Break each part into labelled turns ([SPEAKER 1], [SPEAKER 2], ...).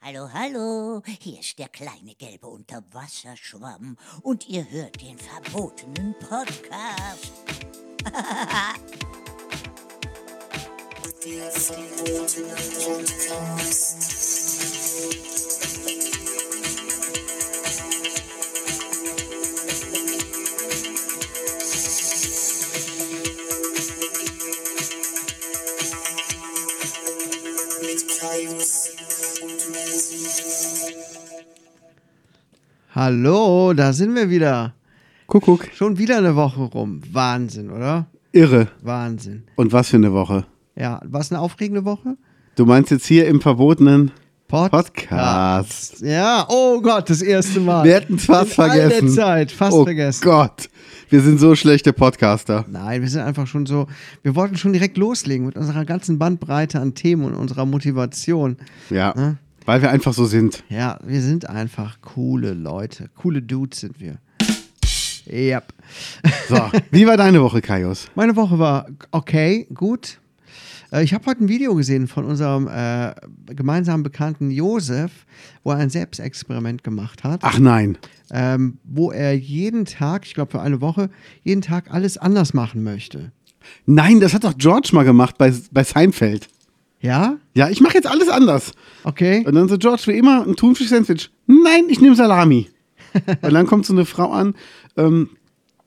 [SPEAKER 1] Hallo, hallo, hier ist der kleine gelbe Unterwasserschwamm und ihr hört den verbotenen Podcast.
[SPEAKER 2] Hallo, da sind wir wieder.
[SPEAKER 3] Kuckuck.
[SPEAKER 2] Schon wieder eine Woche rum. Wahnsinn, oder?
[SPEAKER 3] Irre.
[SPEAKER 2] Wahnsinn.
[SPEAKER 3] Und was für eine Woche.
[SPEAKER 2] Ja, war es eine aufregende Woche?
[SPEAKER 3] Du meinst jetzt hier im verbotenen
[SPEAKER 2] Pod-
[SPEAKER 3] Podcast.
[SPEAKER 2] Ja, oh Gott, das erste Mal.
[SPEAKER 3] Wir hätten es fast
[SPEAKER 2] In all der
[SPEAKER 3] vergessen.
[SPEAKER 2] Zeit, fast
[SPEAKER 3] oh
[SPEAKER 2] vergessen.
[SPEAKER 3] Gott, wir sind so schlechte Podcaster.
[SPEAKER 2] Nein, wir sind einfach schon so, wir wollten schon direkt loslegen mit unserer ganzen Bandbreite an Themen und unserer Motivation.
[SPEAKER 3] Ja,
[SPEAKER 2] Hm?
[SPEAKER 3] weil wir einfach so sind.
[SPEAKER 2] Ja, wir sind einfach coole Leute. Coole Dudes sind wir. Ja.
[SPEAKER 3] So, wie war deine Woche, Kaius?
[SPEAKER 2] Meine Woche war okay, gut. Äh, Ich habe heute ein Video gesehen von unserem äh, gemeinsamen Bekannten Josef, wo er ein Selbstexperiment gemacht hat,
[SPEAKER 3] Ach nein,
[SPEAKER 2] ähm, wo er jeden Tag, ich glaube für eine Woche, jeden Tag alles anders machen möchte.
[SPEAKER 3] nein, das hat doch George mal gemacht bei, bei Seinfeld.
[SPEAKER 2] Ja?
[SPEAKER 3] Ja, ich mache jetzt alles anders.
[SPEAKER 2] Okay.
[SPEAKER 3] Und dann so, George, wie immer, ein Thunfisch-Sandwich. Nein, ich nehme Salami. Und dann kommt so eine Frau an, ähm,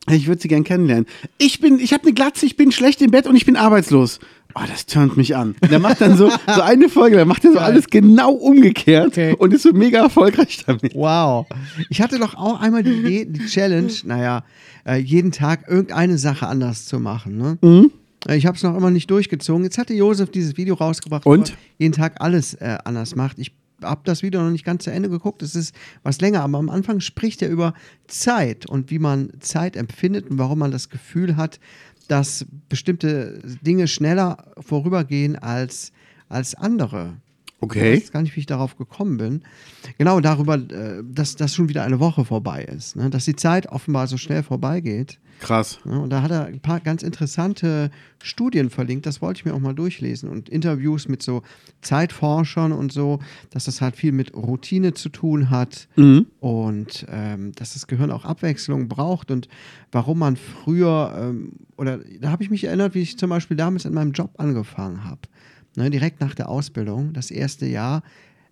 [SPEAKER 3] ich würde sie gern kennenlernen. Ich bin, ich habe eine Glatze, ich bin schlecht im Bett und ich bin arbeitslos. Oh, das turnt mich an. Der macht dann so, so eine Folge, dann macht er so alles genau umgekehrt
[SPEAKER 2] Okay.
[SPEAKER 3] und ist so mega erfolgreich damit.
[SPEAKER 2] Wow. Ich hatte doch auch einmal die Idee, die Challenge, naja, äh, jeden Tag irgendeine Sache anders zu machen. Ne? Äh, Ich habe es noch immer nicht durchgezogen. Jetzt hatte Josef dieses Video rausgebracht, wo
[SPEAKER 3] Und?
[SPEAKER 2] er jeden Tag alles äh, anders macht. Ich habe das Video noch nicht ganz zu Ende geguckt. Es ist was länger, aber am Anfang spricht er über Zeit und wie man Zeit empfindet und warum man das Gefühl hat, dass bestimmte Dinge schneller vorübergehen als, als andere. Ich
[SPEAKER 3] Okay.
[SPEAKER 2] weiß gar nicht, wie ich darauf gekommen bin. Genau darüber, äh, dass das schon wieder eine Woche vorbei ist. Ne? Dass die Zeit offenbar so schnell vorbeigeht.
[SPEAKER 3] Krass.
[SPEAKER 2] Ne? Und da hat er ein paar ganz interessante Studien verlinkt. Das wollte ich mir auch mal durchlesen. Und Interviews mit so Zeitforschern und so, dass das halt viel mit Routine zu tun hat.
[SPEAKER 3] Mhm.
[SPEAKER 2] Und ähm, dass das Gehirn auch Abwechslung braucht und warum man früher, ähm, oder da habe ich mich erinnert, wie ich zum Beispiel damals in meinem Job angefangen habe. Ne, direkt nach der Ausbildung, das erste Jahr,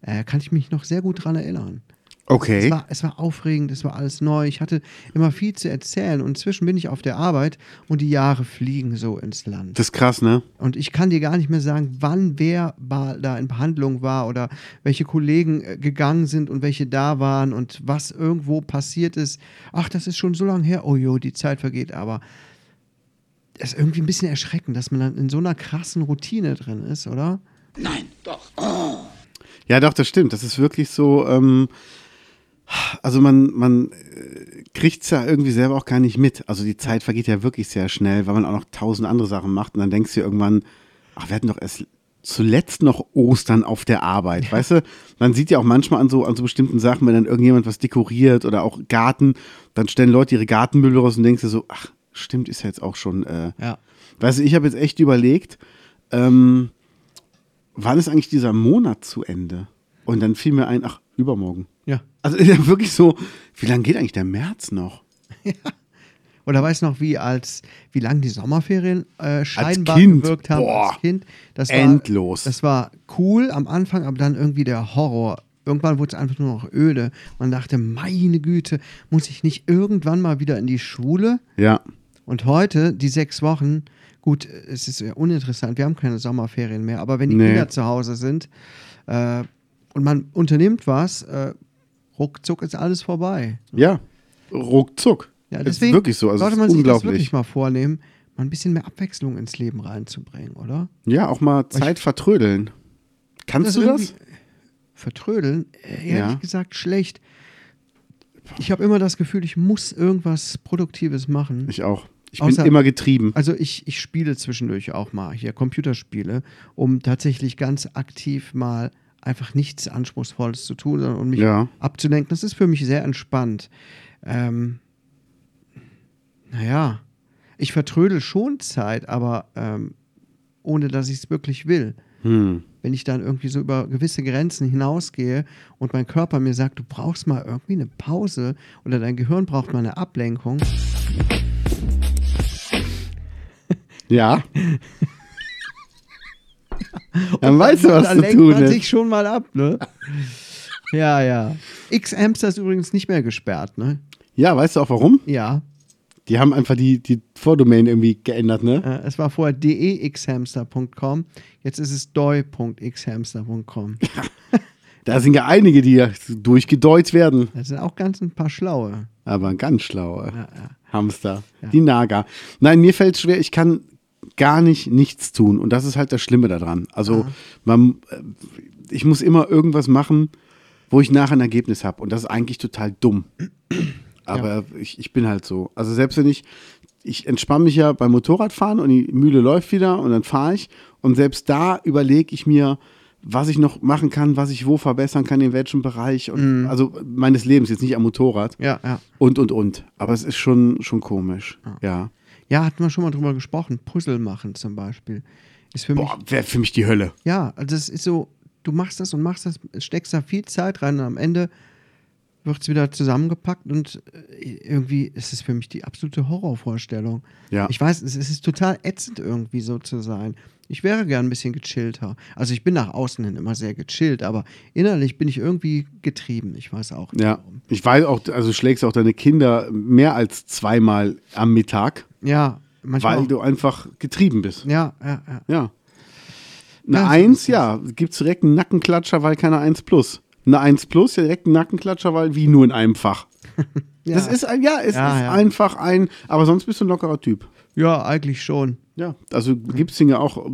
[SPEAKER 2] äh, kann ich mich noch sehr gut dran erinnern. Es
[SPEAKER 3] Okay.
[SPEAKER 2] war, es war aufregend, es war alles neu. Ich hatte immer viel zu erzählen und inzwischen bin ich auf der Arbeit und die Jahre fliegen so ins Land.
[SPEAKER 3] Das ist krass, ne?
[SPEAKER 2] Und ich kann dir gar nicht mehr sagen, wann wer war, da in Behandlung war oder welche Kollegen äh, gegangen sind und welche da waren und was irgendwo passiert ist. Ach, das ist schon so lange her. Oh jo, die Zeit vergeht aber. Das ist irgendwie ein bisschen erschreckend, dass man dann in so einer krassen Routine drin ist, oder?
[SPEAKER 3] Ja, doch, das stimmt. Das ist wirklich so, ähm, also man, man kriegt es ja irgendwie selber auch gar nicht mit. Also die Zeit vergeht ja wirklich sehr schnell, weil man auch noch tausend andere Sachen macht und dann denkst du dir irgendwann, ach, wir hatten doch erst zuletzt noch Ostern auf der Arbeit, weißt du? Man sieht ja auch manchmal an so, an so bestimmten Sachen, wenn dann irgendjemand was dekoriert oder auch Garten, dann stellen Leute ihre Gartenmüll raus und denkst dir so, ach, stimmt, ist ja jetzt auch schon äh,
[SPEAKER 2] Ja.
[SPEAKER 3] Weißt du, ich habe jetzt echt überlegt, ähm, wann ist eigentlich dieser Monat zu Ende? Und dann fiel mir ein, ach, übermorgen.
[SPEAKER 2] Ja.
[SPEAKER 3] Also ist ja wirklich so, wie lange geht eigentlich der März noch?
[SPEAKER 2] Oder weißt du noch, wie als wie lang die Sommerferien äh, scheinbar
[SPEAKER 3] Kind,
[SPEAKER 2] gewirkt haben
[SPEAKER 3] boah,
[SPEAKER 2] als Kind? Das
[SPEAKER 3] endlos.
[SPEAKER 2] War, das war cool am Anfang, aber dann irgendwie der Horror. Irgendwann wurde es einfach nur noch öde. Man dachte, meine Güte, muss ich nicht irgendwann mal wieder in die Schule?
[SPEAKER 3] Ja.
[SPEAKER 2] Und heute, die sechs Wochen, gut, es ist ja uninteressant, wir haben keine Sommerferien mehr, aber wenn die
[SPEAKER 3] Nee.
[SPEAKER 2] Kinder zu Hause sind äh, und man unternimmt was, äh, ruckzuck ist alles vorbei.
[SPEAKER 3] Ja. Ruckzuck.
[SPEAKER 2] Ja,
[SPEAKER 3] Ist
[SPEAKER 2] deswegen
[SPEAKER 3] wirklich so. Also
[SPEAKER 2] sollte
[SPEAKER 3] ist
[SPEAKER 2] man sich das
[SPEAKER 3] unglaublich.
[SPEAKER 2] wirklich mal vornehmen, mal ein bisschen mehr Abwechslung ins Leben reinzubringen, oder?
[SPEAKER 3] ja, auch mal Zeit vertrödeln. Kannst du das?
[SPEAKER 2] irgendwie- Vertrödeln? Äh, Ehrlich
[SPEAKER 3] Ja.
[SPEAKER 2] gesagt, schlecht. Ich habe immer das Gefühl, ich muss irgendwas Produktives machen.
[SPEAKER 3] Ich auch. Ich
[SPEAKER 2] Außer-
[SPEAKER 3] bin immer getrieben.
[SPEAKER 2] Also ich, ich spiele zwischendurch auch mal hier Computerspiele, um tatsächlich ganz aktiv mal einfach nichts Anspruchsvolles zu tun, sondern um mich
[SPEAKER 3] Ja.
[SPEAKER 2] abzulenken. Das ist für mich sehr entspannt. Ähm, naja, ich vertrödel schon Zeit, aber ähm, ohne dass ich es wirklich will.
[SPEAKER 3] Hm.
[SPEAKER 2] Wenn ich dann irgendwie so über gewisse Grenzen hinausgehe und mein Körper mir sagt, du brauchst mal irgendwie eine Pause oder dein Gehirn braucht mal eine Ablenkung,
[SPEAKER 3] Ja. Dann weißt du, was
[SPEAKER 2] da
[SPEAKER 3] zu
[SPEAKER 2] lenkt
[SPEAKER 3] tun
[SPEAKER 2] man
[SPEAKER 3] ist.
[SPEAKER 2] sich schon mal ab, ne? ja, ja. X-Amster ist übrigens nicht mehr gesperrt, ne?
[SPEAKER 3] Ja, weißt du auch warum?
[SPEAKER 2] Ja.
[SPEAKER 3] Die haben einfach die, die Vordomain irgendwie geändert, ne?
[SPEAKER 2] Äh, es war vorher dexhamster.com, jetzt ist es doi.xhamster.com.
[SPEAKER 3] Da sind ja einige, die ja durchgedeutet werden.
[SPEAKER 2] Das sind auch ganz ein paar Schlaue.
[SPEAKER 3] Aber ganz schlaue Hamster.
[SPEAKER 2] Ja.
[SPEAKER 3] Die Naga. Nein, mir fällt schwer, ich kann gar nicht nichts tun. Und das ist halt das Schlimme daran. Also, man, äh, ich muss immer irgendwas machen, wo ich nachher ein Ergebnis habe. Und das ist eigentlich total dumm. Aber ich, ich bin halt so. Also, selbst wenn ich, ich entspanne mich ja beim Motorradfahren und die Mühle läuft wieder und dann fahre ich. Und selbst da überlege ich mir, was ich noch machen kann, was ich wo verbessern kann, in welchem Bereich. Und, Also meines Lebens, jetzt nicht am Motorrad.
[SPEAKER 2] Ja, ja.
[SPEAKER 3] Und, und, und. Aber es ist schon, schon komisch. Ja.
[SPEAKER 2] Ja, hatten wir schon mal drüber gesprochen. Puzzle machen zum Beispiel. Ist für mich
[SPEAKER 3] Boah, wäre für mich die Hölle.
[SPEAKER 2] Ja, also das ist so, du machst das und machst das, steckst da viel Zeit rein und am Ende wird es wieder zusammengepackt und äh, irgendwie ist es für mich die absolute Horrorvorstellung.
[SPEAKER 3] Ja.
[SPEAKER 2] Ich weiß, es, es ist total ätzend irgendwie so zu sein. Ich wäre gern ein bisschen gechillter. Also ich bin nach außen hin immer sehr gechillt, aber innerlich bin ich irgendwie getrieben. Ich weiß auch nicht
[SPEAKER 3] Ja.
[SPEAKER 2] warum.
[SPEAKER 3] Ich weiß auch, also schlägst auch deine Kinder mehr als zweimal am Mittag,
[SPEAKER 2] Ja, manchmal.
[SPEAKER 3] weil
[SPEAKER 2] auch,
[SPEAKER 3] du einfach getrieben bist.
[SPEAKER 2] ja, ja, ja.
[SPEAKER 3] Ja. Eine
[SPEAKER 2] Ja, so
[SPEAKER 3] Eins,
[SPEAKER 2] ist
[SPEAKER 3] ja, gibt es direkt einen Nackenklatscher, weil keine Eins plus. Eine Eins plus, ja, direkt einen Nackenklatscher, weil wie nur in einem Fach.
[SPEAKER 2] Ja,
[SPEAKER 3] Das ist ein, ja, es
[SPEAKER 2] Ja,
[SPEAKER 3] ist
[SPEAKER 2] ja.
[SPEAKER 3] einfach ein, aber sonst bist du ein lockerer Typ.
[SPEAKER 2] ja, eigentlich schon.
[SPEAKER 3] Ja, also gibst ihn ja auch äh,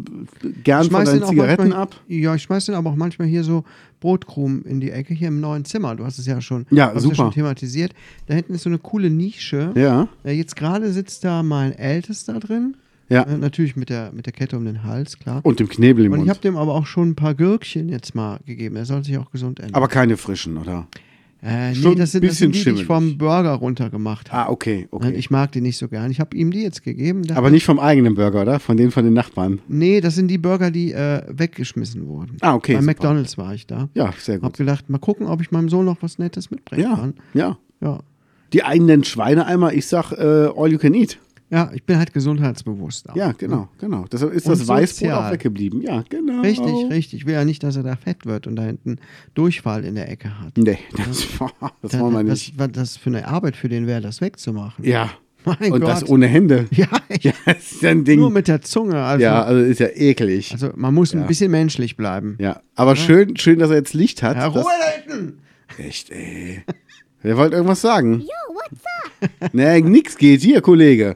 [SPEAKER 3] gern
[SPEAKER 2] Ich
[SPEAKER 3] von
[SPEAKER 2] schmeiß
[SPEAKER 3] deinen
[SPEAKER 2] den auch
[SPEAKER 3] Zigaretten
[SPEAKER 2] manchmal,
[SPEAKER 3] ab.
[SPEAKER 2] Ja, ich schmeiß den aber auch manchmal hier so Brotkrumen in die Ecke hier im neuen Zimmer. Du hast es ja schon,
[SPEAKER 3] Ja,
[SPEAKER 2] hast es
[SPEAKER 3] super.
[SPEAKER 2] schon thematisiert. Da hinten ist so eine coole Nische.
[SPEAKER 3] Ja.
[SPEAKER 2] Äh, Jetzt gerade sitzt da mein Ältester drin.
[SPEAKER 3] Ja.
[SPEAKER 2] Äh, Natürlich mit der, mit der Kette um den Hals, klar.
[SPEAKER 3] Und dem Knebel im
[SPEAKER 2] Und ich habe
[SPEAKER 3] Mund.
[SPEAKER 2] dem aber auch schon ein paar Gürkchen jetzt mal gegeben. Er soll sich auch gesund ernähren.
[SPEAKER 3] Aber keine frischen, oder?
[SPEAKER 2] äh, nee,
[SPEAKER 3] schon
[SPEAKER 2] das sind, das
[SPEAKER 3] bisschen
[SPEAKER 2] sind die, die ich
[SPEAKER 3] schimmelig.
[SPEAKER 2] vom Burger runtergemacht habe.
[SPEAKER 3] Ah, okay, okay.
[SPEAKER 2] Ich mag die nicht so gern. Ich habe ihm die jetzt gegeben. Da-
[SPEAKER 3] aber nicht vom eigenen Burger, oder? Von denen von den Nachbarn.
[SPEAKER 2] nee, das sind die Burger, die äh, weggeschmissen wurden.
[SPEAKER 3] Ah, okay,
[SPEAKER 2] Bei
[SPEAKER 3] super.
[SPEAKER 2] McDonalds war ich da.
[SPEAKER 3] Ja, sehr
[SPEAKER 2] Hab
[SPEAKER 3] gut.
[SPEAKER 2] gedacht, mal gucken, ob ich meinem Sohn noch was Nettes mitbringen
[SPEAKER 3] Ja,
[SPEAKER 2] kann.
[SPEAKER 3] ja.
[SPEAKER 2] Ja.
[SPEAKER 3] Die einen nennen Schweineeimer, ich sag äh, all you can eat.
[SPEAKER 2] ja, ich bin halt gesundheitsbewusst. Auch.
[SPEAKER 3] Ja, genau, genau. Deshalb ist
[SPEAKER 2] ne? Und
[SPEAKER 3] das Weißbrot
[SPEAKER 2] sozial.
[SPEAKER 3] auch weggeblieben. Ja, genau.
[SPEAKER 2] Richtig, richtig. Ich will ja nicht, dass er da fett wird und da hinten Durchfall in der Ecke hat.
[SPEAKER 3] Nee, das, das
[SPEAKER 2] Dann-
[SPEAKER 3] wollen wir nicht.
[SPEAKER 2] was, was das für eine Arbeit für den wäre, das wegzumachen.
[SPEAKER 3] Ja.
[SPEAKER 2] Mein
[SPEAKER 3] Und
[SPEAKER 2] Gott.
[SPEAKER 3] das ohne Hände.
[SPEAKER 2] ja, echt.
[SPEAKER 3] Ja, das ist ja ein Ding.
[SPEAKER 2] nur mit der Zunge. Also,
[SPEAKER 3] ja, also ist ja eklig.
[SPEAKER 2] also man muss ein
[SPEAKER 3] Ja.
[SPEAKER 2] bisschen menschlich bleiben.
[SPEAKER 3] ja, aber schön, schön, dass er jetzt Licht hat.
[SPEAKER 2] Ja,
[SPEAKER 3] das,
[SPEAKER 2] Ruhe da hinten!
[SPEAKER 3] echt, ey. Wer wollte irgendwas sagen? Yo, what's up? Nee, nix geht hier, Kollege.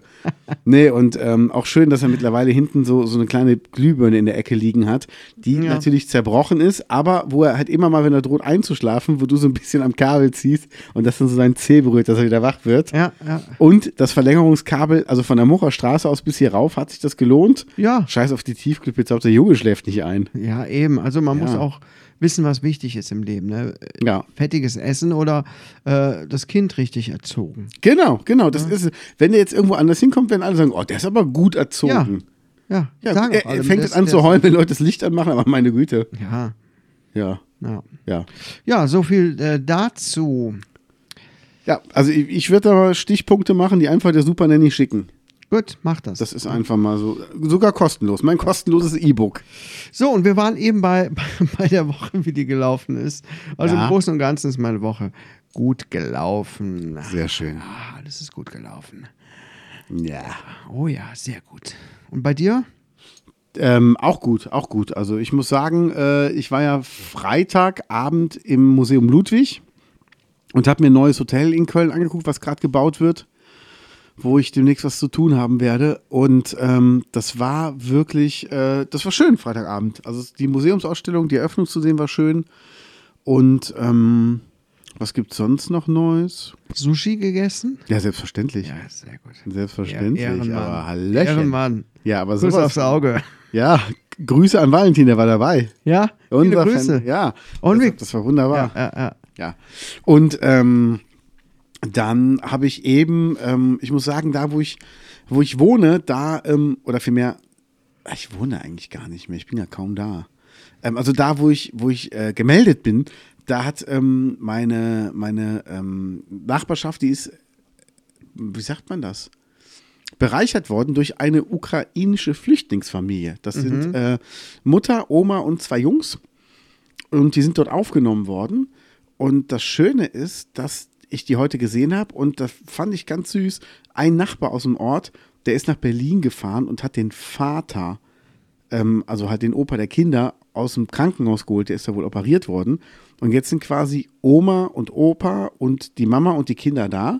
[SPEAKER 3] Nee, und ähm, auch schön, dass er mittlerweile hinten so, so eine kleine Glühbirne in der Ecke liegen hat, die
[SPEAKER 2] Ja.
[SPEAKER 3] natürlich zerbrochen ist, aber wo er halt immer mal, wenn er droht einzuschlafen, wo du so ein bisschen am Kabel ziehst und das dann so sein Zeh berührt, dass er wieder wach wird.
[SPEAKER 2] Ja, ja.
[SPEAKER 3] Und das Verlängerungskabel, also von der Mocher Straße aus bis hier rauf, hat sich das gelohnt.
[SPEAKER 2] Ja.
[SPEAKER 3] Scheiß auf die Tiefkühlpizza, ob der Junge schläft nicht ein.
[SPEAKER 2] Ja, eben. Also man
[SPEAKER 3] Ja.
[SPEAKER 2] muss auch wissen, was wichtig ist im Leben. Ne?
[SPEAKER 3] Ja.
[SPEAKER 2] Fettiges Essen oder äh, das Kind richtig erzogen.
[SPEAKER 3] Genau, genau. Das ist, wenn der jetzt irgendwo anders hinkommt, werden alle sagen, oh, der ist aber gut erzogen.
[SPEAKER 2] Ja, ja.
[SPEAKER 3] Ja,
[SPEAKER 2] sagen
[SPEAKER 3] er,
[SPEAKER 2] auch
[SPEAKER 3] er
[SPEAKER 2] alle,
[SPEAKER 3] fängt
[SPEAKER 2] das-
[SPEAKER 3] jetzt an zu
[SPEAKER 2] das-
[SPEAKER 3] heulen, wenn Leute das Licht anmachen, aber meine Güte.
[SPEAKER 2] Ja,
[SPEAKER 3] Ja,
[SPEAKER 2] ja.
[SPEAKER 3] ja.
[SPEAKER 2] Ja, so viel äh, dazu.
[SPEAKER 3] Ja, also ich, ich würde da mal Stichpunkte machen, die einfach der Super Nanny schicken.
[SPEAKER 2] Gut, mach das.
[SPEAKER 3] Das ist einfach mal so, sogar kostenlos. Mein kostenloses E-Book.
[SPEAKER 2] So, und wir waren eben bei, bei der Woche, wie die gelaufen ist. Also
[SPEAKER 3] Ja.
[SPEAKER 2] im Großen und Ganzen ist meine Woche gut gelaufen.
[SPEAKER 3] Sehr schön.
[SPEAKER 2] Ah, alles ist gut gelaufen.
[SPEAKER 3] Ja.
[SPEAKER 2] Oh ja, sehr gut. Und bei dir?
[SPEAKER 3] Ähm, auch gut, auch gut. Also ich muss sagen, äh, ich war ja Freitagabend im Museum Ludwig und habe mir ein neues Hotel in Köln angeguckt, was gerade gebaut wird, wo ich demnächst was zu tun haben werde. Und ähm, das war wirklich, äh, das war schön Freitagabend. Also die Museumsausstellung, die Eröffnung zu sehen war schön. Und ähm, was gibt's sonst noch Neues?
[SPEAKER 2] Sushi gegessen?
[SPEAKER 3] Ja, selbstverständlich.
[SPEAKER 2] sehr gut.
[SPEAKER 3] Selbstverständlich,
[SPEAKER 2] Ja, Ehrenmann.
[SPEAKER 3] aber Hallöchen.
[SPEAKER 2] Ehrenmann.
[SPEAKER 3] Ja, aber
[SPEAKER 2] Grüß
[SPEAKER 3] sowas-
[SPEAKER 2] aufs Auge.
[SPEAKER 3] Ja, Grüße an Valentin, der war dabei.
[SPEAKER 2] Ja,
[SPEAKER 3] Unser
[SPEAKER 2] viele Grüße.
[SPEAKER 3] Fan, ja.
[SPEAKER 2] Und
[SPEAKER 3] das,
[SPEAKER 2] wir-
[SPEAKER 3] das war wunderbar.
[SPEAKER 2] ja, ja, ja.
[SPEAKER 3] Ja. Und ähm, dann habe ich eben, ähm, ich muss sagen, da wo ich, wo ich wohne, da, ähm, oder vielmehr, ich wohne eigentlich gar nicht mehr, ich bin ja kaum da. Ähm, also da, wo ich, wo ich äh, gemeldet bin, da hat ähm, meine, meine ähm, Nachbarschaft, die ist, wie sagt man das? Bereichert worden durch eine ukrainische Flüchtlingsfamilie. Das sind äh, Mutter, Oma und zwei Jungs. Und die sind dort aufgenommen worden. Und das Schöne ist, dass ich die heute gesehen habe und das fand ich ganz süß. Ein Nachbar aus dem Ort, der ist nach Berlin gefahren und hat den Vater, ähm, also halt den Opa der Kinder, aus dem Krankenhaus geholt. Der ist da wohl operiert worden. Und jetzt sind quasi Oma und Opa und die Mama und die Kinder da.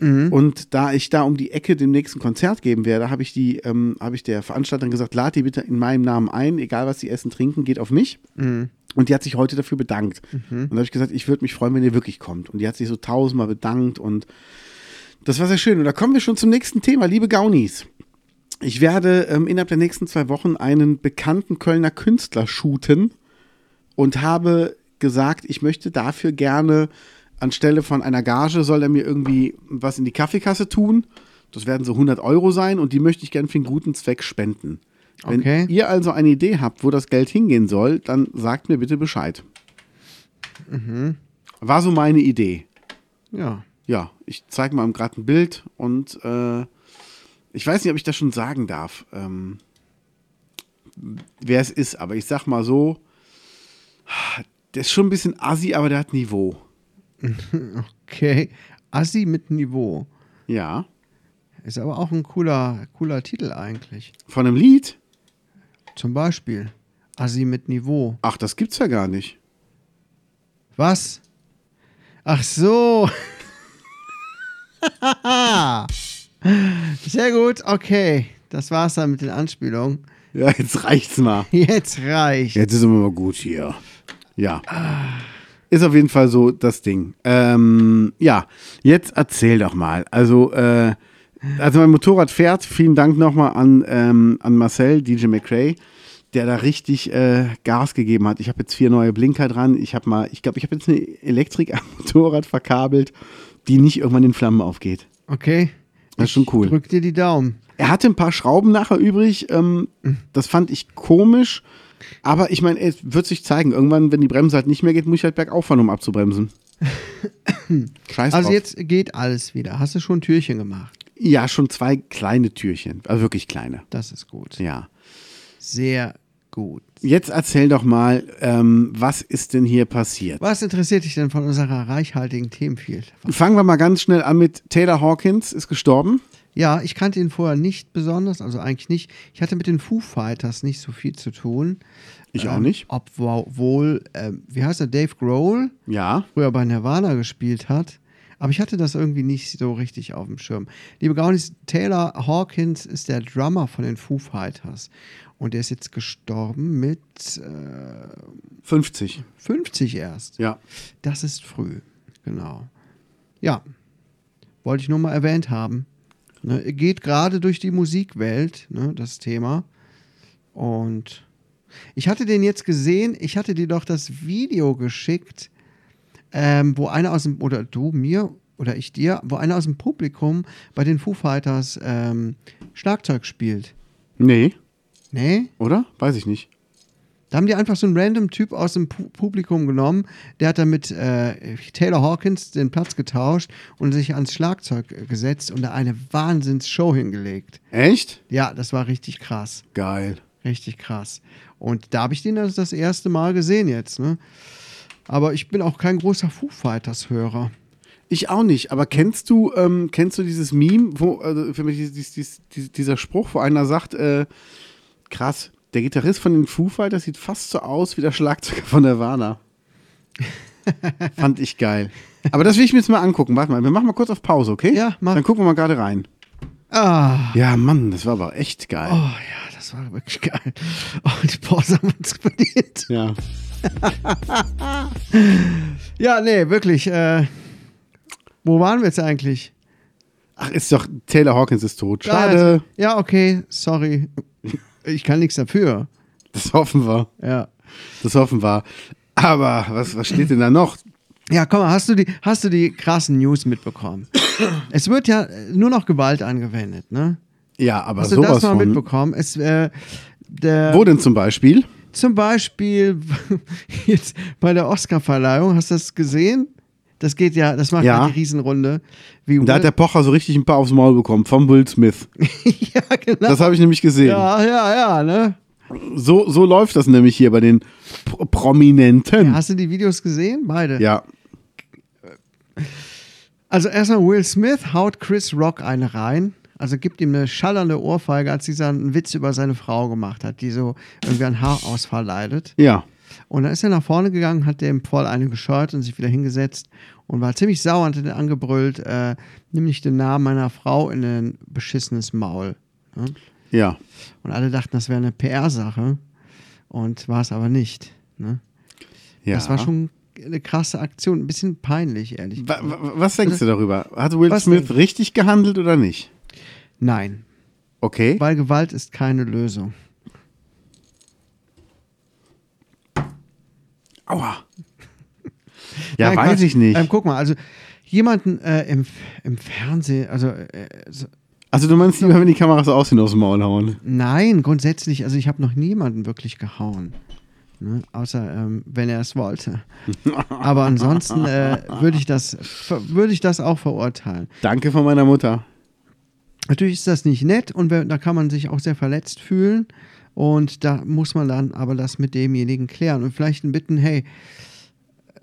[SPEAKER 3] Und da ich da um die Ecke dem nächsten Konzert geben werde, habe ich, die, ähm, habe ich der Veranstalterin gesagt, lad die bitte in meinem Namen ein, egal was sie essen, trinken, geht auf mich. Und die hat sich heute dafür bedankt. Und da habe ich gesagt, ich würde mich freuen, wenn ihr wirklich kommt. Und die hat sich so tausendmal bedankt und das war sehr schön. Und da kommen wir schon zum nächsten Thema, liebe Gaunis. Ich werde ähm, innerhalb der nächsten zwei Wochen einen bekannten Kölner Künstler shooten und habe gesagt, ich möchte dafür gerne anstelle von einer Gage soll er mir irgendwie was in die Kaffeekasse tun. Das werden so 100 Euro sein und die möchte ich gerne für einen guten Zweck spenden. Wenn
[SPEAKER 2] Okay.
[SPEAKER 3] ihr also eine Idee habt, wo das Geld hingehen soll, dann sagt mir bitte Bescheid. War so meine Idee
[SPEAKER 2] Ja.
[SPEAKER 3] ja, ich zeige mal gerade ein Bild und äh, ich weiß nicht, ob ich das schon sagen darf, ähm, wer es ist, aber ich sag mal so, der ist schon ein bisschen assi, aber der hat Niveau.
[SPEAKER 2] Okay. Assi mit Niveau.
[SPEAKER 3] Ja.
[SPEAKER 2] Ist aber auch ein cooler, cooler Titel eigentlich.
[SPEAKER 3] Von einem Lied?
[SPEAKER 2] Zum Beispiel. Assi mit Niveau.
[SPEAKER 3] Ach, das gibt's ja gar nicht.
[SPEAKER 2] Was? Ach so. Sehr gut, okay. Das war's dann mit den Anspielungen.
[SPEAKER 3] Ja, jetzt reicht's mal.
[SPEAKER 2] Jetzt reicht.
[SPEAKER 3] Jetzt ist immer mal gut hier. Ja. Ist auf jeden Fall so das Ding. Ähm, ja, jetzt erzähl doch mal. Also, äh, also mein Motorrad fährt. Vielen Dank nochmal an, ähm, an Marcel, DJ McRae, der da richtig äh, Gas gegeben hat. Ich habe jetzt vier neue Blinker dran. Ich habe mal, ich glaube, ich habe jetzt eine Elektrik am Motorrad verkabelt, die nicht irgendwann in Flammen aufgeht.
[SPEAKER 2] Okay.
[SPEAKER 3] Das ist schon cool.
[SPEAKER 2] Ich drück dir die Daumen.
[SPEAKER 3] Er hatte ein paar Schrauben nachher übrig. Ähm, das fand ich komisch. Aber ich meine, es wird sich zeigen. Irgendwann, wenn die Bremse halt nicht mehr geht, muss ich halt bergauf fahren, um abzubremsen. Scheiß
[SPEAKER 2] Also
[SPEAKER 3] drauf.
[SPEAKER 2] jetzt geht alles wieder. Hast du schon ein Türchen gemacht?
[SPEAKER 3] Ja, schon zwei kleine Türchen. Also wirklich kleine.
[SPEAKER 2] Das ist gut.
[SPEAKER 3] Ja.
[SPEAKER 2] Sehr gut.
[SPEAKER 3] Jetzt erzähl doch mal, ähm, was ist denn hier passiert?
[SPEAKER 2] Was interessiert dich denn von unserer reichhaltigen Themenfield?
[SPEAKER 3] Fangen wir mal ganz schnell an mit Taylor Hawkins ist gestorben.
[SPEAKER 2] Ja, ich kannte ihn vorher nicht besonders, also eigentlich nicht. Ich hatte mit den Foo Fighters nicht so viel zu tun. Ähm,
[SPEAKER 3] Ich auch nicht.
[SPEAKER 2] Obwohl, ähm, wie heißt er, Dave Grohl,
[SPEAKER 3] Ja.
[SPEAKER 2] früher bei Nirvana gespielt hat. Aber ich hatte das irgendwie nicht so richtig auf dem Schirm. Liebe Gaunis, Taylor Hawkins ist der Drummer von den Foo Fighters. Und der ist jetzt gestorben mit äh,
[SPEAKER 3] 50.
[SPEAKER 2] 50 erst.
[SPEAKER 3] Ja.
[SPEAKER 2] Das ist früh, genau. Ja, wollte ich nur mal erwähnt haben. Ne, geht gerade durch die Musikwelt, ne, das Thema. Und ich hatte den jetzt gesehen, ich hatte dir doch das Video geschickt, ähm, wo einer aus dem, oder du mir oder ich dir, wo einer aus dem Publikum bei den Foo Fighters ähm, Schlagzeug spielt. ne?
[SPEAKER 3] Nee,
[SPEAKER 2] Nee?
[SPEAKER 3] oder? Weiß ich nicht.
[SPEAKER 2] Da haben die einfach so einen random Typ aus dem Pu Publikum genommen, der hat dann mit äh, Taylor Hawkins den Platz getauscht und sich ans Schlagzeug äh, gesetzt und da eine Wahnsinns-Show hingelegt.
[SPEAKER 3] Echt?
[SPEAKER 2] Ja, das war richtig krass.
[SPEAKER 3] Geil.
[SPEAKER 2] Richtig krass. Und da habe ich den das, das erste Mal gesehen jetzt, ne? Aber ich bin auch kein großer Foo Fighters-Hörer.
[SPEAKER 3] Ich auch nicht, aber kennst du, ähm, kennst du dieses Meme, wo, also für mich dieses, dieses, dieses, dieser Spruch, wo einer sagt, äh, krass, der Gitarrist von den Foo Fighters sieht fast so aus wie der Schlagzeuger von Nirvana. Fand ich geil. Aber das will ich mir jetzt mal angucken. Warte mal, wir machen mal kurz auf Pause, okay?
[SPEAKER 2] Ja, mach.
[SPEAKER 3] Dann gucken wir mal gerade rein.
[SPEAKER 2] Ah,
[SPEAKER 3] Ja, Mann, das war aber echt geil.
[SPEAKER 2] oh ja, das war wirklich geil. Oh, die Pause haben uns verdient.
[SPEAKER 3] Ja.
[SPEAKER 2] Ja, nee, wirklich. Äh, wo waren wir jetzt eigentlich?
[SPEAKER 3] Ach, ist doch, Taylor Hawkins ist tot.
[SPEAKER 2] Also,
[SPEAKER 3] Schade.
[SPEAKER 2] ja, okay, sorry. Ich kann nichts dafür.
[SPEAKER 3] Das hoffen wir.
[SPEAKER 2] Ja.
[SPEAKER 3] Das hoffen wir. Aber was, was steht denn da noch?
[SPEAKER 2] Ja, komm mal, hast du die, hast du die krassen News mitbekommen? es wird ja äh, nur noch Gewalt angewendet, ne?
[SPEAKER 3] Ja, aber
[SPEAKER 2] Hast du
[SPEAKER 3] sowas
[SPEAKER 2] das mal
[SPEAKER 3] von.
[SPEAKER 2] mitbekommen? Es, äh, der,
[SPEAKER 3] Wo denn zum Beispiel?
[SPEAKER 2] Zum Beispiel jetzt bei der Oscarverleihung, hast du das gesehen? Das geht ja, das macht
[SPEAKER 3] Ja.
[SPEAKER 2] ja die Riesenrunde. Wie
[SPEAKER 3] Da hat der Pocher so richtig ein paar aufs Maul bekommen vom Will Smith.
[SPEAKER 2] ja, genau.
[SPEAKER 3] Das habe ich nämlich gesehen.
[SPEAKER 2] Ja, ja, ja, ne?
[SPEAKER 3] So, so läuft das nämlich hier bei den Pro Prominenten.
[SPEAKER 2] Hast du die Videos gesehen? Beide.
[SPEAKER 3] ja.
[SPEAKER 2] Also erstmal Will Smith haut Chris Rock eine rein. Also gibt ihm eine schallernde Ohrfeige, als dieser einen Witz über seine Frau gemacht hat, die so irgendwie an Haarausfall leidet.
[SPEAKER 3] Ja.
[SPEAKER 2] Und dann ist er nach vorne gegangen, hat dem Paul eine gescheut und sich wieder hingesetzt und war ziemlich sauer und hat ihn angebrüllt, äh, nimm nicht den Namen meiner Frau in ein beschissenes Maul. Ne?
[SPEAKER 3] Ja.
[SPEAKER 2] Und alle dachten, das wäre eine PR-Sache und war es aber nicht. Ne?
[SPEAKER 3] ja.
[SPEAKER 2] Das war schon eine krasse Aktion, ein bisschen peinlich, ehrlich.
[SPEAKER 3] Wa- wa- was denkst du darüber? Hat Will
[SPEAKER 2] Was
[SPEAKER 3] Smith
[SPEAKER 2] denn?
[SPEAKER 3] richtig gehandelt oder nicht?
[SPEAKER 2] Nein,
[SPEAKER 3] Okay.
[SPEAKER 2] weil Gewalt ist keine Lösung.
[SPEAKER 3] Aua. Ja,
[SPEAKER 2] Nein,
[SPEAKER 3] weiß
[SPEAKER 2] Quatsch.
[SPEAKER 3] ich nicht.
[SPEAKER 2] Ähm, guck mal, also jemanden äh, im, im Fernsehen, also äh, so,
[SPEAKER 3] Also du meinst lieber, wenn die Kameras so aussehen aus dem Maul hauen.
[SPEAKER 2] nein, grundsätzlich, also ich habe noch niemanden wirklich gehauen. Ne? Außer ähm, wenn er es wollte. Aber ansonsten äh, würde ich, das- ver- würde ich das auch verurteilen.
[SPEAKER 3] Danke von meiner Mutter.
[SPEAKER 2] Natürlich ist das nicht nett und wer- da kann man sich auch sehr verletzt fühlen. Und da muss man dann aber das mit demjenigen klären und vielleicht ihn bitten, hey,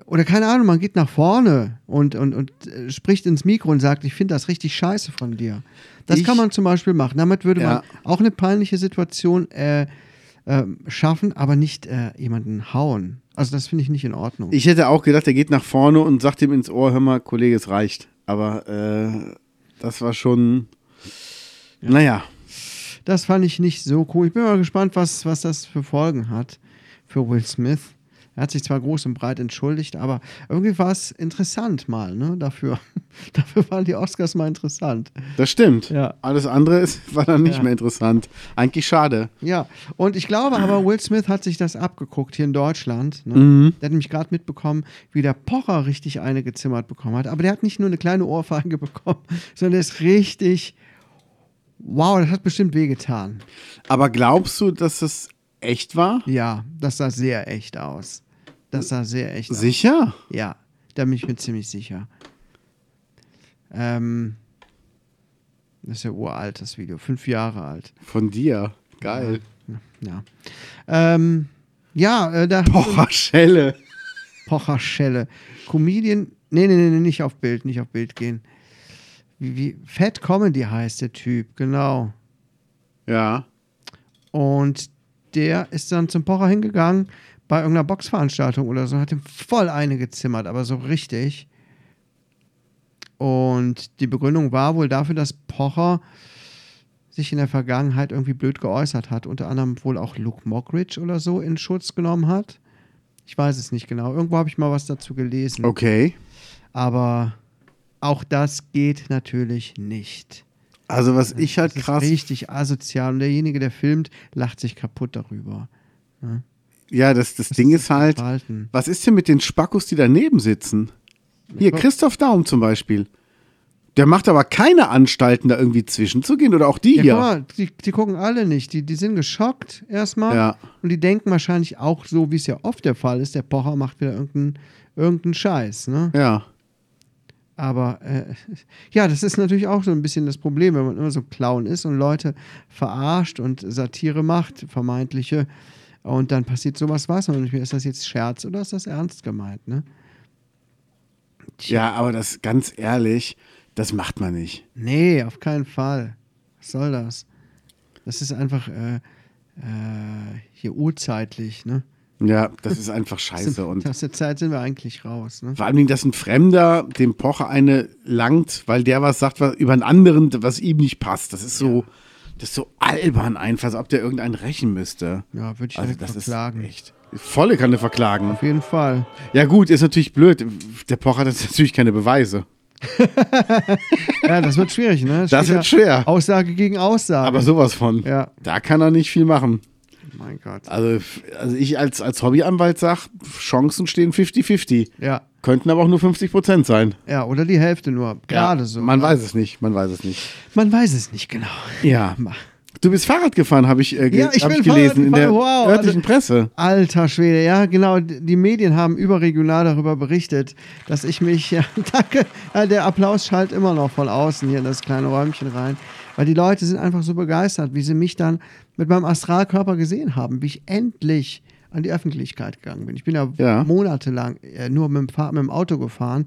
[SPEAKER 2] oder keine Ahnung, man geht nach vorne und, und, und äh, spricht ins Mikro und sagt, ich finde das richtig scheiße von dir. Das
[SPEAKER 3] Ich-
[SPEAKER 2] kann man zum Beispiel machen. Damit würde
[SPEAKER 3] Ja.
[SPEAKER 2] man auch eine peinliche Situation äh, ähm, schaffen, aber nicht äh, jemanden hauen. Also das finde ich nicht in Ordnung.
[SPEAKER 3] Ich hätte auch gedacht, er geht nach vorne und sagt ihm ins Ohr, hör mal, Kollege, es reicht. Aber äh, das war schon. Naja.
[SPEAKER 2] Das fand ich nicht so cool. Ich bin mal gespannt, was, was das für Folgen hat für Will Smith. Er hat sich zwar groß und breit entschuldigt, aber irgendwie war es interessant mal, ne? Dafür, dafür waren die Oscars mal interessant.
[SPEAKER 3] Das stimmt.
[SPEAKER 2] Ja.
[SPEAKER 3] Alles andere ist, war dann nicht
[SPEAKER 2] Ja.
[SPEAKER 3] mehr interessant. Eigentlich schade.
[SPEAKER 2] Ja, und ich glaube aber, Will Smith hat sich das abgeguckt hier in Deutschland. Ne? Der hat nämlich gerade mitbekommen, wie der Pocher richtig eine gezimmert bekommen hat. Aber der hat nicht nur eine kleine Ohrfeige bekommen, sondern ist richtig. Wow, das hat bestimmt wehgetan.
[SPEAKER 3] Aber glaubst du, dass das echt war?
[SPEAKER 2] Ja, das sah sehr echt aus. Das sah sehr echt aus.
[SPEAKER 3] Sicher?
[SPEAKER 2] Ja, da bin ich mir ziemlich sicher. Ähm, das ist ja uralt, das Video. Fünf Jahre alt.
[SPEAKER 3] Von dir. Geil.
[SPEAKER 2] Ja. Ähm, ja, äh, da
[SPEAKER 3] Boah, Schelle.
[SPEAKER 2] Pocherschelle. Comedian. Nee, nee, nee, nee, nicht auf Bild, nicht auf Bild gehen. Wie, wie Fat Comedy heißt der Typ, genau.
[SPEAKER 3] Ja.
[SPEAKER 2] Und der ist dann zum Pocher hingegangen bei irgendeiner Boxveranstaltung oder so, hat ihm voll eine gezimmert, aber so richtig. Und die Begründung war wohl dafür, dass Pocher sich in der Vergangenheit irgendwie blöd geäußert hat. Unter anderem wohl auch Luke Mockridge oder so in Schutz genommen hat. Ich weiß es nicht genau. Irgendwo habe ich mal was dazu gelesen.
[SPEAKER 3] Okay.
[SPEAKER 2] Aber auch das geht natürlich nicht.
[SPEAKER 3] Also, was ich halt
[SPEAKER 2] Das ist
[SPEAKER 3] krass.
[SPEAKER 2] richtig asozial. Und derjenige, der filmt, lacht sich kaputt darüber.
[SPEAKER 3] Ja, das, das Ding ist halt.
[SPEAKER 2] Verhalten.
[SPEAKER 3] Was ist denn mit den Spackos, die daneben sitzen? Hier, Christoph Daum zum Beispiel. Der macht aber keine Anstalten, da irgendwie zwischenzugehen. Oder auch die
[SPEAKER 2] Ja,
[SPEAKER 3] hier.
[SPEAKER 2] guck mal, die, die gucken alle nicht. Die, die sind geschockt erstmal.
[SPEAKER 3] Ja.
[SPEAKER 2] Und die denken wahrscheinlich auch so, wie es ja oft der Fall ist, der Pocher macht wieder irgendeinen irgendeinen Scheiß. Ne?
[SPEAKER 3] Ja.
[SPEAKER 2] Aber äh, ja, das ist natürlich auch so ein bisschen das Problem, wenn man immer so Clown ist und Leute verarscht und Satire macht, vermeintliche. Und dann passiert sowas, weiß man nicht mehr. Ist das jetzt Scherz oder ist das ernst gemeint? Ne?
[SPEAKER 3] Ja, aber das ganz ehrlich, das macht man nicht.
[SPEAKER 2] Nee, auf keinen Fall. Was soll das? Das ist einfach äh, äh, hier urzeitlich, ne?
[SPEAKER 3] Ja, das ist einfach scheiße. Und
[SPEAKER 2] Aus der Zeit sind wir eigentlich raus, ne?
[SPEAKER 3] Vor allem, dass ein Fremder dem Pocher eine langt, weil der was sagt was über einen anderen, was ihm nicht passt. Das ist so, das ist so albern einfach, als ob der irgendeinen rächen müsste.
[SPEAKER 2] Ja, würde ich
[SPEAKER 3] Also
[SPEAKER 2] direkt
[SPEAKER 3] das
[SPEAKER 2] verklagen.
[SPEAKER 3] ist echt. Volle Kanne verklagen.
[SPEAKER 2] Auf jeden Fall.
[SPEAKER 3] Ja gut, ist natürlich blöd. Der Pocher hat jetzt natürlich keine Beweise.
[SPEAKER 2] Ja, das wird schwierig, ne?
[SPEAKER 3] Das
[SPEAKER 2] Steht
[SPEAKER 3] wird
[SPEAKER 2] da
[SPEAKER 3] schwer.
[SPEAKER 2] Aussage gegen Aussage.
[SPEAKER 3] Aber sowas von.
[SPEAKER 2] Ja.
[SPEAKER 3] Da kann er nicht viel machen.
[SPEAKER 2] mein Gott.
[SPEAKER 3] Also, also ich als, als Hobbyanwalt sag, Chancen stehen 50-50.
[SPEAKER 2] Ja,
[SPEAKER 3] Könnten aber auch nur 50% sein.
[SPEAKER 2] ja, oder die Hälfte nur. Gerade
[SPEAKER 3] Ja,
[SPEAKER 2] so.
[SPEAKER 3] Man weiß es nicht, man weiß es nicht.
[SPEAKER 2] Man weiß es nicht genau.
[SPEAKER 3] Ja. Du bist Fahrrad gefahren, habe ich, äh, ge
[SPEAKER 2] Ja, ich
[SPEAKER 3] hab
[SPEAKER 2] bin
[SPEAKER 3] ich gelesen
[SPEAKER 2] Fahrrad
[SPEAKER 3] in der
[SPEAKER 2] gefahren, wow, also
[SPEAKER 3] örtlichen Presse.
[SPEAKER 2] Alter Schwede, ja, genau. d- Die Medien haben überregional darüber berichtet, dass ich mich. Ja, danke. Ja, der Applaus schallt immer noch von außen hier in das kleine Räumchen rein. Weil die Leute sind einfach so begeistert, wie sie mich dann mit meinem Astralkörper gesehen haben, wie ich endlich an die Öffentlichkeit gegangen bin. Ich bin ja,
[SPEAKER 3] Ja.
[SPEAKER 2] monatelang äh, nur mit dem, Fahr mit dem Auto gefahren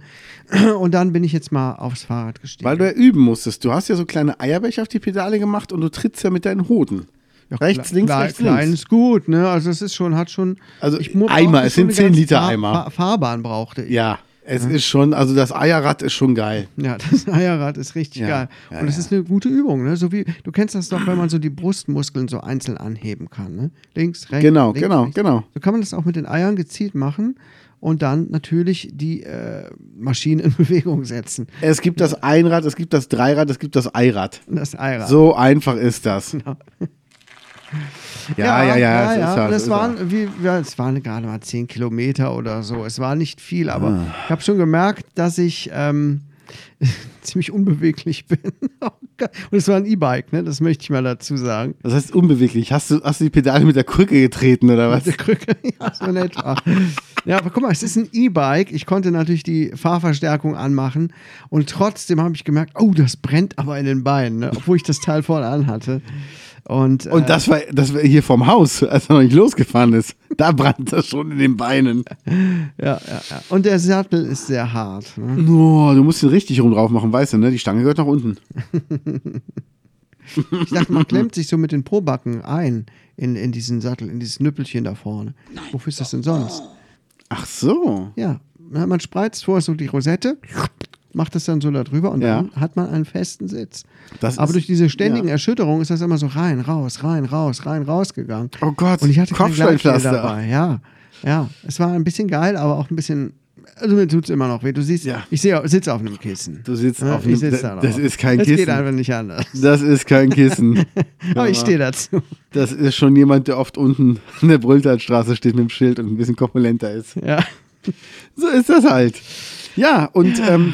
[SPEAKER 2] und dann bin ich jetzt mal aufs Fahrrad gestiegen.
[SPEAKER 3] Weil du ja üben musstest. Du hast ja so kleine Eierbecher auf die Pedale gemacht und du trittst ja mit deinen Hoden. rechts,
[SPEAKER 2] Kle-
[SPEAKER 3] links,
[SPEAKER 2] klein,
[SPEAKER 3] rechts,
[SPEAKER 2] klein
[SPEAKER 3] links.
[SPEAKER 2] ist gut, ne? Also es ist schon, hat schon.
[SPEAKER 3] Also
[SPEAKER 2] mu-
[SPEAKER 3] Eimer,
[SPEAKER 2] brauchte
[SPEAKER 3] es
[SPEAKER 2] schon
[SPEAKER 3] sind
[SPEAKER 2] eine
[SPEAKER 3] 10
[SPEAKER 2] ganze
[SPEAKER 3] Liter
[SPEAKER 2] Fahr-
[SPEAKER 3] Eimer.
[SPEAKER 2] Fahr- Fahrbahn brauchte ich.
[SPEAKER 3] Ja, es ist schon, also das Eierrad ist schon geil.
[SPEAKER 2] Ja, das Eierrad ist richtig
[SPEAKER 3] Ja,
[SPEAKER 2] geil.
[SPEAKER 3] ja,
[SPEAKER 2] und es
[SPEAKER 3] ja.
[SPEAKER 2] ist eine gute Übung, ne? So wie, du kennst das doch, wenn man so die Brustmuskeln so einzeln anheben kann, ne? Links, rechts.
[SPEAKER 3] Genau,
[SPEAKER 2] links,
[SPEAKER 3] genau,
[SPEAKER 2] rechts.
[SPEAKER 3] genau.
[SPEAKER 2] So kann man das auch mit den Eiern gezielt machen und dann natürlich die äh, Maschinen in Bewegung setzen.
[SPEAKER 3] Es gibt das Einrad, es gibt das Dreirad, es gibt das Eirad.
[SPEAKER 2] Und Das Eierrad.
[SPEAKER 3] So einfach ist das. Ja, ja, ja,
[SPEAKER 2] ja,
[SPEAKER 3] es
[SPEAKER 2] ja.
[SPEAKER 3] ist er,
[SPEAKER 2] Und
[SPEAKER 3] es
[SPEAKER 2] es
[SPEAKER 3] ist er.
[SPEAKER 2] waren, wie, ja, es waren gerade mal zehn Kilometer oder so. Es war nicht viel, aber
[SPEAKER 3] Ah.
[SPEAKER 2] ich habe schon gemerkt, dass ich ähm, ziemlich unbeweglich bin. Oh Und es war ein E-Bike, ne? Das möchte ich mal dazu sagen.
[SPEAKER 3] Das heißt unbeweglich. Hast du, hast du die Pedale mit der Krücke getreten oder was?
[SPEAKER 2] Diese Krücke, ja, so in etwa. Ja, aber guck mal, es ist ein E-Bike. Ich konnte natürlich die Fahrverstärkung anmachen und trotzdem habe ich gemerkt, oh, das brennt aber in den Beinen, ne? obwohl ich das Teil vorne an hatte. Und, äh,
[SPEAKER 3] Und das war, das war hier vom Haus, als er noch nicht losgefahren ist. Da brannt das schon in den Beinen.
[SPEAKER 2] ja, ja, ja. und der Sattel ist sehr hart. Ne?
[SPEAKER 3] Oh, du musst ihn richtig rum drauf machen, weißt du, ne? Die Stange gehört nach unten.
[SPEAKER 2] Ich dachte, man klemmt sich so mit den Probacken ein in, in diesen Sattel, in dieses Nüppelchen da vorne. Wofür ist das denn sonst?
[SPEAKER 3] Ach so.
[SPEAKER 2] Ja, na, man spreizt vor so die Rosette, macht das dann so da drüber und
[SPEAKER 3] Ja.
[SPEAKER 2] dann hat man einen festen Sitz.
[SPEAKER 3] Das
[SPEAKER 2] Aber
[SPEAKER 3] ist-
[SPEAKER 2] durch diese ständigen
[SPEAKER 3] ja.
[SPEAKER 2] Erschütterungen ist das immer so rein, raus, rein, raus, rein, raus gegangen.
[SPEAKER 3] Oh Gott,
[SPEAKER 2] und ich hatte kein Gleitgel
[SPEAKER 3] Kopfsteinpflaster.
[SPEAKER 2] dabei. Ja, ja, es war ein bisschen geil, aber auch ein bisschen. Also mir tut es immer noch weh. Du siehst,
[SPEAKER 3] Ja.
[SPEAKER 2] ich sehe, sitze auf einem Kissen.
[SPEAKER 3] Du sitzt
[SPEAKER 2] Ja,
[SPEAKER 3] auf
[SPEAKER 2] ich
[SPEAKER 3] einem-
[SPEAKER 2] sitz
[SPEAKER 3] da-
[SPEAKER 2] da
[SPEAKER 3] das
[SPEAKER 2] drauf.
[SPEAKER 3] ist kein
[SPEAKER 2] Das geht
[SPEAKER 3] Kissen.
[SPEAKER 2] einfach nicht anders.
[SPEAKER 3] Das ist kein Kissen.
[SPEAKER 2] Aber ich stehe dazu.
[SPEAKER 3] Das ist schon jemand, der oft unten an der Brülltalstraße steht mit dem Schild und ein bisschen korpulenter ist.
[SPEAKER 2] Ja.
[SPEAKER 3] So ist das halt. Ja, und ähm,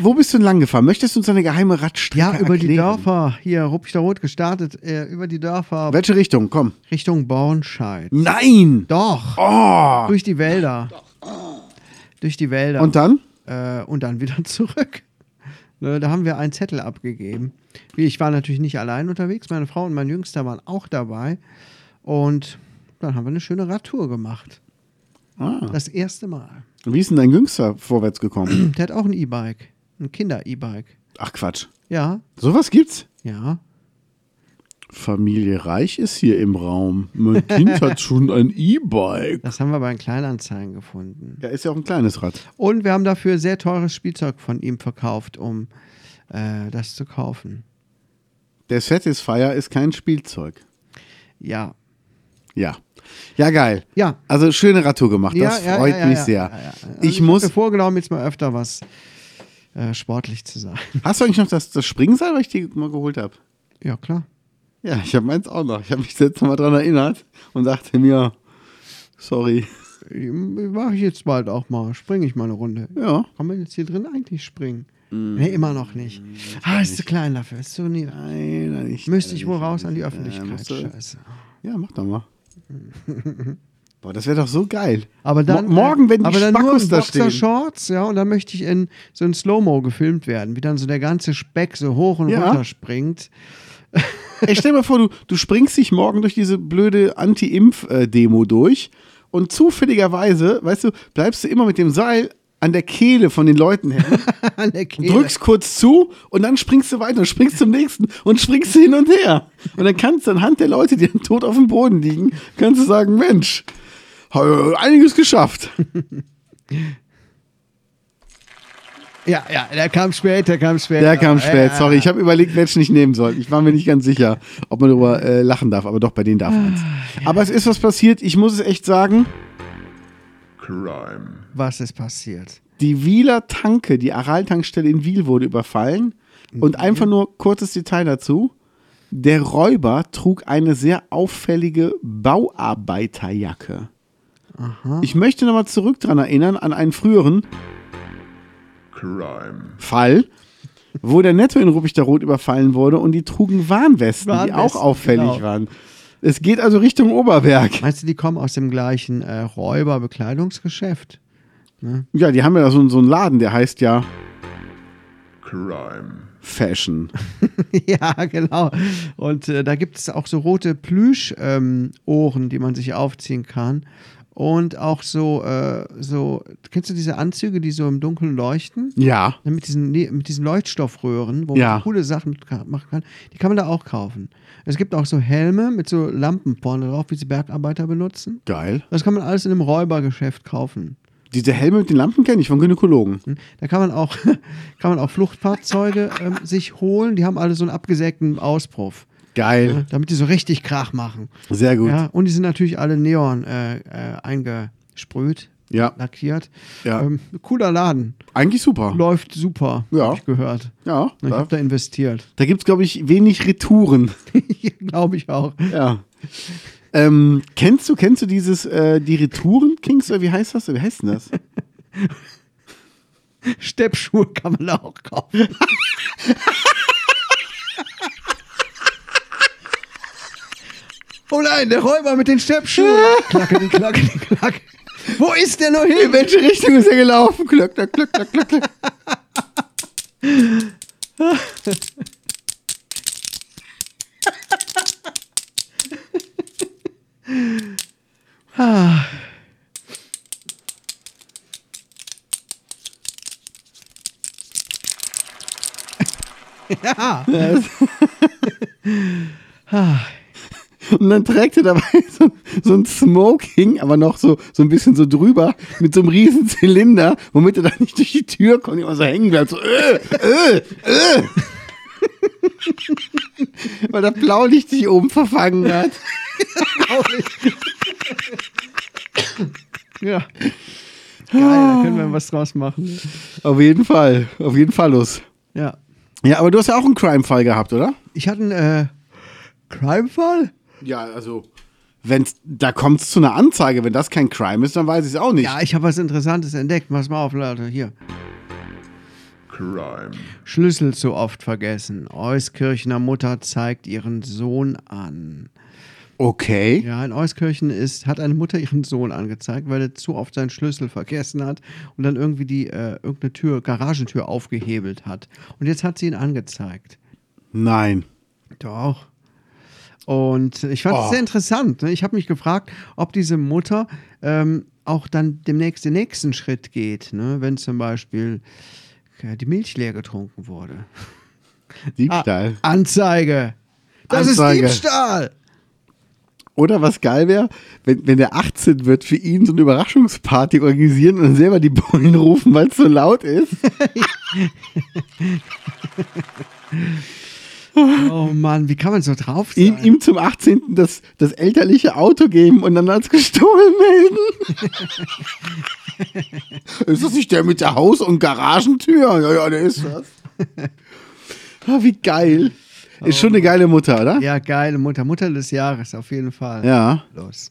[SPEAKER 3] wo bist du denn lang gefahren? Möchtest du uns eine geheime Radstrecke
[SPEAKER 2] Ja, über die
[SPEAKER 3] erklären?
[SPEAKER 2] Dörfer, hier, Ruppichter Rot gestartet, äh, über die Dörfer
[SPEAKER 3] Welche Richtung? Komm.
[SPEAKER 2] Richtung Bornscheid.
[SPEAKER 3] Nein!
[SPEAKER 2] Doch,
[SPEAKER 3] Oh!
[SPEAKER 2] durch die Wälder. Durch die Wälder.
[SPEAKER 3] Und dann?
[SPEAKER 2] äh, und dann wieder zurück. Ne, da haben wir einen Zettel abgegeben. Wie, Ich war natürlich nicht allein unterwegs, meine Frau und mein Jüngster waren auch dabei. Und dann haben wir eine schöne Radtour gemacht.
[SPEAKER 3] Ah.
[SPEAKER 2] Das erste Mal.
[SPEAKER 3] Wie ist denn dein Jüngster vorwärts gekommen?
[SPEAKER 2] Der hat auch ein E-Bike, ein Kinder-E-Bike.
[SPEAKER 3] Ach Quatsch.
[SPEAKER 2] Ja,
[SPEAKER 3] Sowas gibt's?
[SPEAKER 2] ja.
[SPEAKER 3] Familie Reich ist hier im Raum. Mein Kind hat schon ein E-Bike.
[SPEAKER 2] Das haben wir bei den Kleinanzeigen gefunden.
[SPEAKER 3] Ja, ist ja auch ein kleines Rad.
[SPEAKER 2] Und wir haben dafür sehr teures Spielzeug von ihm verkauft, um äh, das zu kaufen.
[SPEAKER 3] Der Satisfier ist kein Spielzeug.
[SPEAKER 2] Ja.
[SPEAKER 3] Ja. Ja, geil.
[SPEAKER 2] Ja.
[SPEAKER 3] Also schöne Radtour gemacht.
[SPEAKER 2] ja,
[SPEAKER 3] das
[SPEAKER 2] ja,
[SPEAKER 3] freut
[SPEAKER 2] ja, ja,
[SPEAKER 3] mich
[SPEAKER 2] ja,
[SPEAKER 3] sehr.
[SPEAKER 2] ja, ja. Also
[SPEAKER 3] Ich
[SPEAKER 2] hab
[SPEAKER 3] muss.
[SPEAKER 2] mir vorgenommen, jetzt mal öfter was äh, sportlich zu sein.
[SPEAKER 3] Hast du eigentlich noch das, das Springseil, was ich dir mal geholt habe?
[SPEAKER 2] Ja, klar.
[SPEAKER 3] Ja, ich habe meins auch noch. Ich habe mich jetzt nochmal dran erinnert und dachte mir, sorry.
[SPEAKER 2] Mache Ähm, ich jetzt bald auch mal. Springe ich mal eine Runde.
[SPEAKER 3] Ja.
[SPEAKER 2] Kann man jetzt hier drin eigentlich springen?
[SPEAKER 3] Mm.
[SPEAKER 2] Nee, immer noch nicht. Ah, ist zu klein dafür. Ist zu niedrig.
[SPEAKER 3] Nein, nein, ich.
[SPEAKER 2] Müsste ich wohl
[SPEAKER 3] nicht.
[SPEAKER 2] raus an die
[SPEAKER 3] Ja,
[SPEAKER 2] Öffentlichkeit.
[SPEAKER 3] musst du-
[SPEAKER 2] Scheiße.
[SPEAKER 3] Ja, mach doch mal. Boah, das wäre doch so geil.
[SPEAKER 2] Aber dann,
[SPEAKER 3] Mo morgen, wenn die
[SPEAKER 2] aber dann nur
[SPEAKER 3] Spackos
[SPEAKER 2] in
[SPEAKER 3] da stehen.
[SPEAKER 2] Boxershorts, ja, und dann möchte ich in so ein Slow-Mo gefilmt werden, wie dann so der ganze Speck so hoch und
[SPEAKER 3] Ja.
[SPEAKER 2] runter springt.
[SPEAKER 3] Ey, stell mal vor, du, du springst dich morgen durch diese blöde Anti-Impf-Demo durch und zufälligerweise, weißt du, bleibst du immer mit dem Seil an der Kehle von den Leuten hängen,
[SPEAKER 2] An der Kehle.
[SPEAKER 3] drückst kurz zu und dann springst du weiter und springst zum nächsten und springst hin und her. Und dann kannst du anhand der Leute, die dann tot auf dem Boden liegen, kannst du sagen, Mensch, habe ja einiges geschafft.
[SPEAKER 2] Ja, ja, der kam spät, der kam spät.
[SPEAKER 3] Der kam
[SPEAKER 2] Aber,
[SPEAKER 3] spät,
[SPEAKER 2] äh,
[SPEAKER 3] sorry. Ich habe überlegt, welchen ich nehmen soll. Ich war mir nicht ganz sicher, ob man darüber äh, lachen darf, aber doch, bei denen darf man's. Aber es ist was passiert, ich muss es echt sagen.
[SPEAKER 4] crime,
[SPEAKER 2] Was ist passiert?
[SPEAKER 3] Die Wieler Tanke, die Aral-Tankstelle in Wiel wurde überfallen.
[SPEAKER 2] Mhm.
[SPEAKER 3] Und einfach nur kurzes Detail dazu. Der Räuber trug eine sehr auffällige Bauarbeiterjacke. Ich möchte nochmal zurück dran erinnern an einen früheren
[SPEAKER 4] crime,
[SPEAKER 3] Fall, wo der Netto in Ruppichterrot überfallen wurde und die trugen Warnwesten, die auch
[SPEAKER 2] Warnwesten,
[SPEAKER 3] auffällig
[SPEAKER 2] genau.
[SPEAKER 3] waren. Es geht also Richtung Oberberg.
[SPEAKER 2] Meinst du, die kommen aus dem gleichen äh, Räuberbekleidungsgeschäft?
[SPEAKER 3] Ja, die haben ja da so, so einen Laden, der heißt ja
[SPEAKER 4] crime,
[SPEAKER 3] Fashion.
[SPEAKER 2] ja, genau. Und äh, da gibt es auch so rote Plüschohren, ähm, Ohren, die man sich aufziehen kann. Und auch so, äh, so, kennst du diese Anzüge, die so im Dunkeln leuchten?
[SPEAKER 3] Ja.
[SPEAKER 2] Ja, Mit diesen, nee, mit diesen Leuchtstoffröhren, wo
[SPEAKER 3] Ja.
[SPEAKER 2] man coole Sachen mit ka- machen kann, die kann man da auch kaufen. Es gibt auch so Helme mit so Lampen vorne drauf, wie sie Bergarbeiter benutzen.
[SPEAKER 3] Geil.
[SPEAKER 2] Das kann man alles in einem Räubergeschäft kaufen.
[SPEAKER 3] Diese Helme mit den Lampen kenne ich von Gynäkologen.
[SPEAKER 2] Hm? Da kann man auch, kann man auch Fluchtfahrzeuge ähm, sich holen. Die haben alle so einen abgesägten Auspuff,
[SPEAKER 3] Geil.
[SPEAKER 2] damit die so richtig Krach machen.
[SPEAKER 3] Sehr gut.
[SPEAKER 2] Ja, und die sind natürlich alle Neon äh, äh, eingesprüht,
[SPEAKER 3] Ja.
[SPEAKER 2] lackiert.
[SPEAKER 3] Ja.
[SPEAKER 2] Ähm, cooler Laden.
[SPEAKER 3] Eigentlich super.
[SPEAKER 2] Läuft super,
[SPEAKER 3] Ja.
[SPEAKER 2] hab ich gehört.
[SPEAKER 3] Ja.
[SPEAKER 2] Ich
[SPEAKER 3] Da,
[SPEAKER 2] habe da investiert.
[SPEAKER 3] da gibt es, glaube ich, wenig Retouren.
[SPEAKER 2] Glaube ich auch.
[SPEAKER 3] Ja. Ähm, kennst du, kennst du dieses, äh, die Retouren Kings oder wie heißt das? Wie heißt denn das?
[SPEAKER 2] Steppschuhe kann man da auch kaufen. oh nein, der Räuber mit den Steppschuhen. Klacke, die Klacke, die Klacke. Wo ist der nur hin?
[SPEAKER 3] welche Richtung ist er gelaufen? Glück, glück, glück, glück, glück, glück.
[SPEAKER 2] Ja.
[SPEAKER 3] Und dann trägt er dabei so, so ein Smoking, aber noch so, so ein bisschen so drüber, mit so einem riesen Zylinder, womit er dann nicht durch die Tür kommt und immer so hängen bleibt. So, äh, äh, äh. Weil das Blaulicht sich oben verfangen hat.
[SPEAKER 2] ja. Geil, da können wir was draus machen.
[SPEAKER 3] Auf jeden Fall, auf jeden Fall los.
[SPEAKER 2] Ja.
[SPEAKER 3] Ja, aber du hast ja auch einen Crime-Fall gehabt, oder?
[SPEAKER 2] Ich hatte einen äh, Crime-Fall.
[SPEAKER 3] Ja, also. Wenn's, da kommt es zu einer Anzeige. Wenn das kein Crime ist, dann weiß ich es auch nicht.
[SPEAKER 2] Ja, ich habe was Interessantes entdeckt. Pass mal auf, Leute. Hier.
[SPEAKER 4] crime,
[SPEAKER 2] Schlüssel zu oft vergessen. Euskirchener Mutter zeigt ihren Sohn an.
[SPEAKER 3] Okay.
[SPEAKER 2] Ja, in Euskirchen ist, hat eine Mutter ihren Sohn angezeigt, weil er zu oft seinen Schlüssel vergessen hat und dann irgendwie die äh, irgendeine Tür, Garagentür aufgehebelt hat. Und jetzt hat sie ihn angezeigt.
[SPEAKER 3] Nein.
[SPEAKER 2] Doch. Und ich fand es
[SPEAKER 3] Oh.
[SPEAKER 2] sehr interessant. Ne? Ich habe mich gefragt, ob diese Mutter ähm, auch dann demnächst den nächsten Schritt geht, ne? wenn zum Beispiel äh, die Milch leer getrunken wurde.
[SPEAKER 3] Diebstahl.
[SPEAKER 2] Ah, Anzeige. Das
[SPEAKER 3] Anzeige.
[SPEAKER 2] ist Diebstahl.
[SPEAKER 3] Oder was geil wäre, wenn, wenn der 18 wird, für ihn so eine Überraschungsparty organisieren und dann selber die Bullen rufen, weil es so laut ist.
[SPEAKER 2] Oh Mann, wie kann man so drauf sein?
[SPEAKER 3] ihm, ihm zum 18. Das, das elterliche Auto geben und dann als gestohlen melden. ist das nicht der mit der Haus- und Garagentür? Ja, ja, der ist das. Ah, wie geil. Ist schon eine geile Mutter, oder?
[SPEAKER 2] Ja, geile Mutter. Mutter des Jahres, auf jeden Fall.
[SPEAKER 3] Ja.
[SPEAKER 2] Los.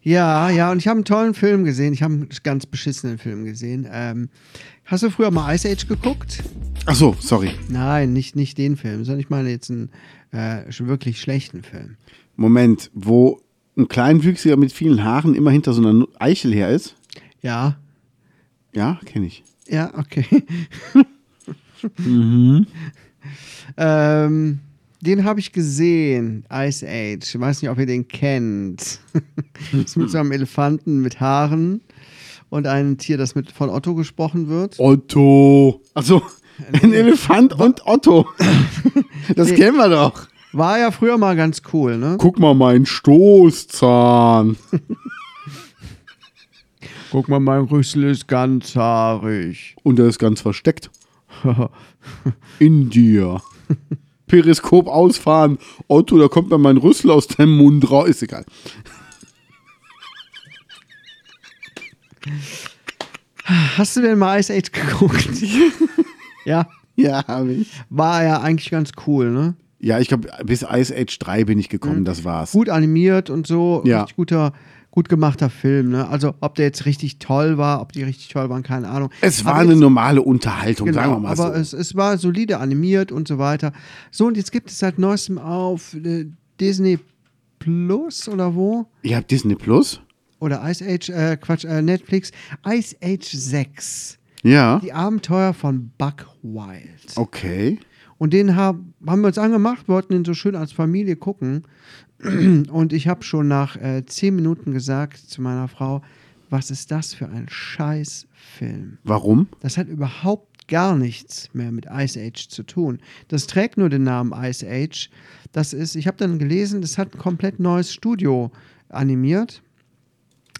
[SPEAKER 2] Ja, ja, und ich habe einen tollen Film gesehen. Ich habe einen ganz beschissenen Film gesehen. Ähm, hast du früher mal Ice Age geguckt?
[SPEAKER 3] Ach so, sorry.
[SPEAKER 2] Nein, nicht, nicht den Film, sondern ich meine jetzt einen äh, sch- wirklich schlechten Film.
[SPEAKER 3] Moment, wo ein Kleinwüchsiger mit vielen Haaren immer hinter so einer Nu- Eichel her ist?
[SPEAKER 2] Ja,
[SPEAKER 3] Ja, kenne ich.
[SPEAKER 2] ja, okay. Mhm. ähm, den habe ich gesehen, Ice Age. Ich weiß nicht, ob ihr den kennt. ist mit so einem Elefanten mit Haaren und einem Tier, das mit von Otto gesprochen wird.
[SPEAKER 3] Otto. Also ein Elefant und Otto. Das kennen wir doch.
[SPEAKER 2] War ja früher mal ganz cool, ne?
[SPEAKER 3] Guck mal, mein Stoßzahn.
[SPEAKER 2] Guck mal, mein Rüssel ist ganz haarig.
[SPEAKER 3] Und er ist ganz versteckt. In dir. Periskop ausfahren. Otto, da kommt mir mein Rüssel aus deinem Mund raus. Ist egal.
[SPEAKER 2] Hast du denn mal Ice Age geguckt? ja,
[SPEAKER 3] Ja, hab ich.
[SPEAKER 2] war ja eigentlich ganz cool, ne?
[SPEAKER 3] Hm. Ja, ich glaube, bis Ice Age 3 bin ich gekommen, das war's.
[SPEAKER 2] Gut animiert und so,
[SPEAKER 3] Ja.
[SPEAKER 2] richtig guter, gut gemachter Film. Ne? Also ob der jetzt richtig toll war, ob die richtig toll waren, keine Ahnung.
[SPEAKER 3] Es Genau, war
[SPEAKER 2] Aber
[SPEAKER 3] eine
[SPEAKER 2] jetzt-
[SPEAKER 3] normale Unterhaltung, sagen wir mal
[SPEAKER 2] aber
[SPEAKER 3] so.
[SPEAKER 2] es, es war solide animiert und so weiter. So, und jetzt gibt es seit neuestem auf äh, Disney Plus oder wo?
[SPEAKER 3] Ihr habt Disney Plus?
[SPEAKER 2] Oder Ice Age, äh, Quatsch, äh, Netflix, Ice Age 6.
[SPEAKER 3] Ja.
[SPEAKER 2] Die Abenteuer von Buck Wild.
[SPEAKER 3] Okay.
[SPEAKER 2] Und den hab, haben wir uns angemacht, wollten den so schön als Familie gucken. Und ich habe schon nach äh, zehn Minuten gesagt zu meiner Frau, was ist das für ein Scheißfilm?
[SPEAKER 3] Warum?
[SPEAKER 2] Das hat überhaupt gar nichts mehr mit Ice Age zu tun. Das trägt nur den Namen Ice Age. Das ist, ich habe dann gelesen, das hat ein komplett neues Studio animiert.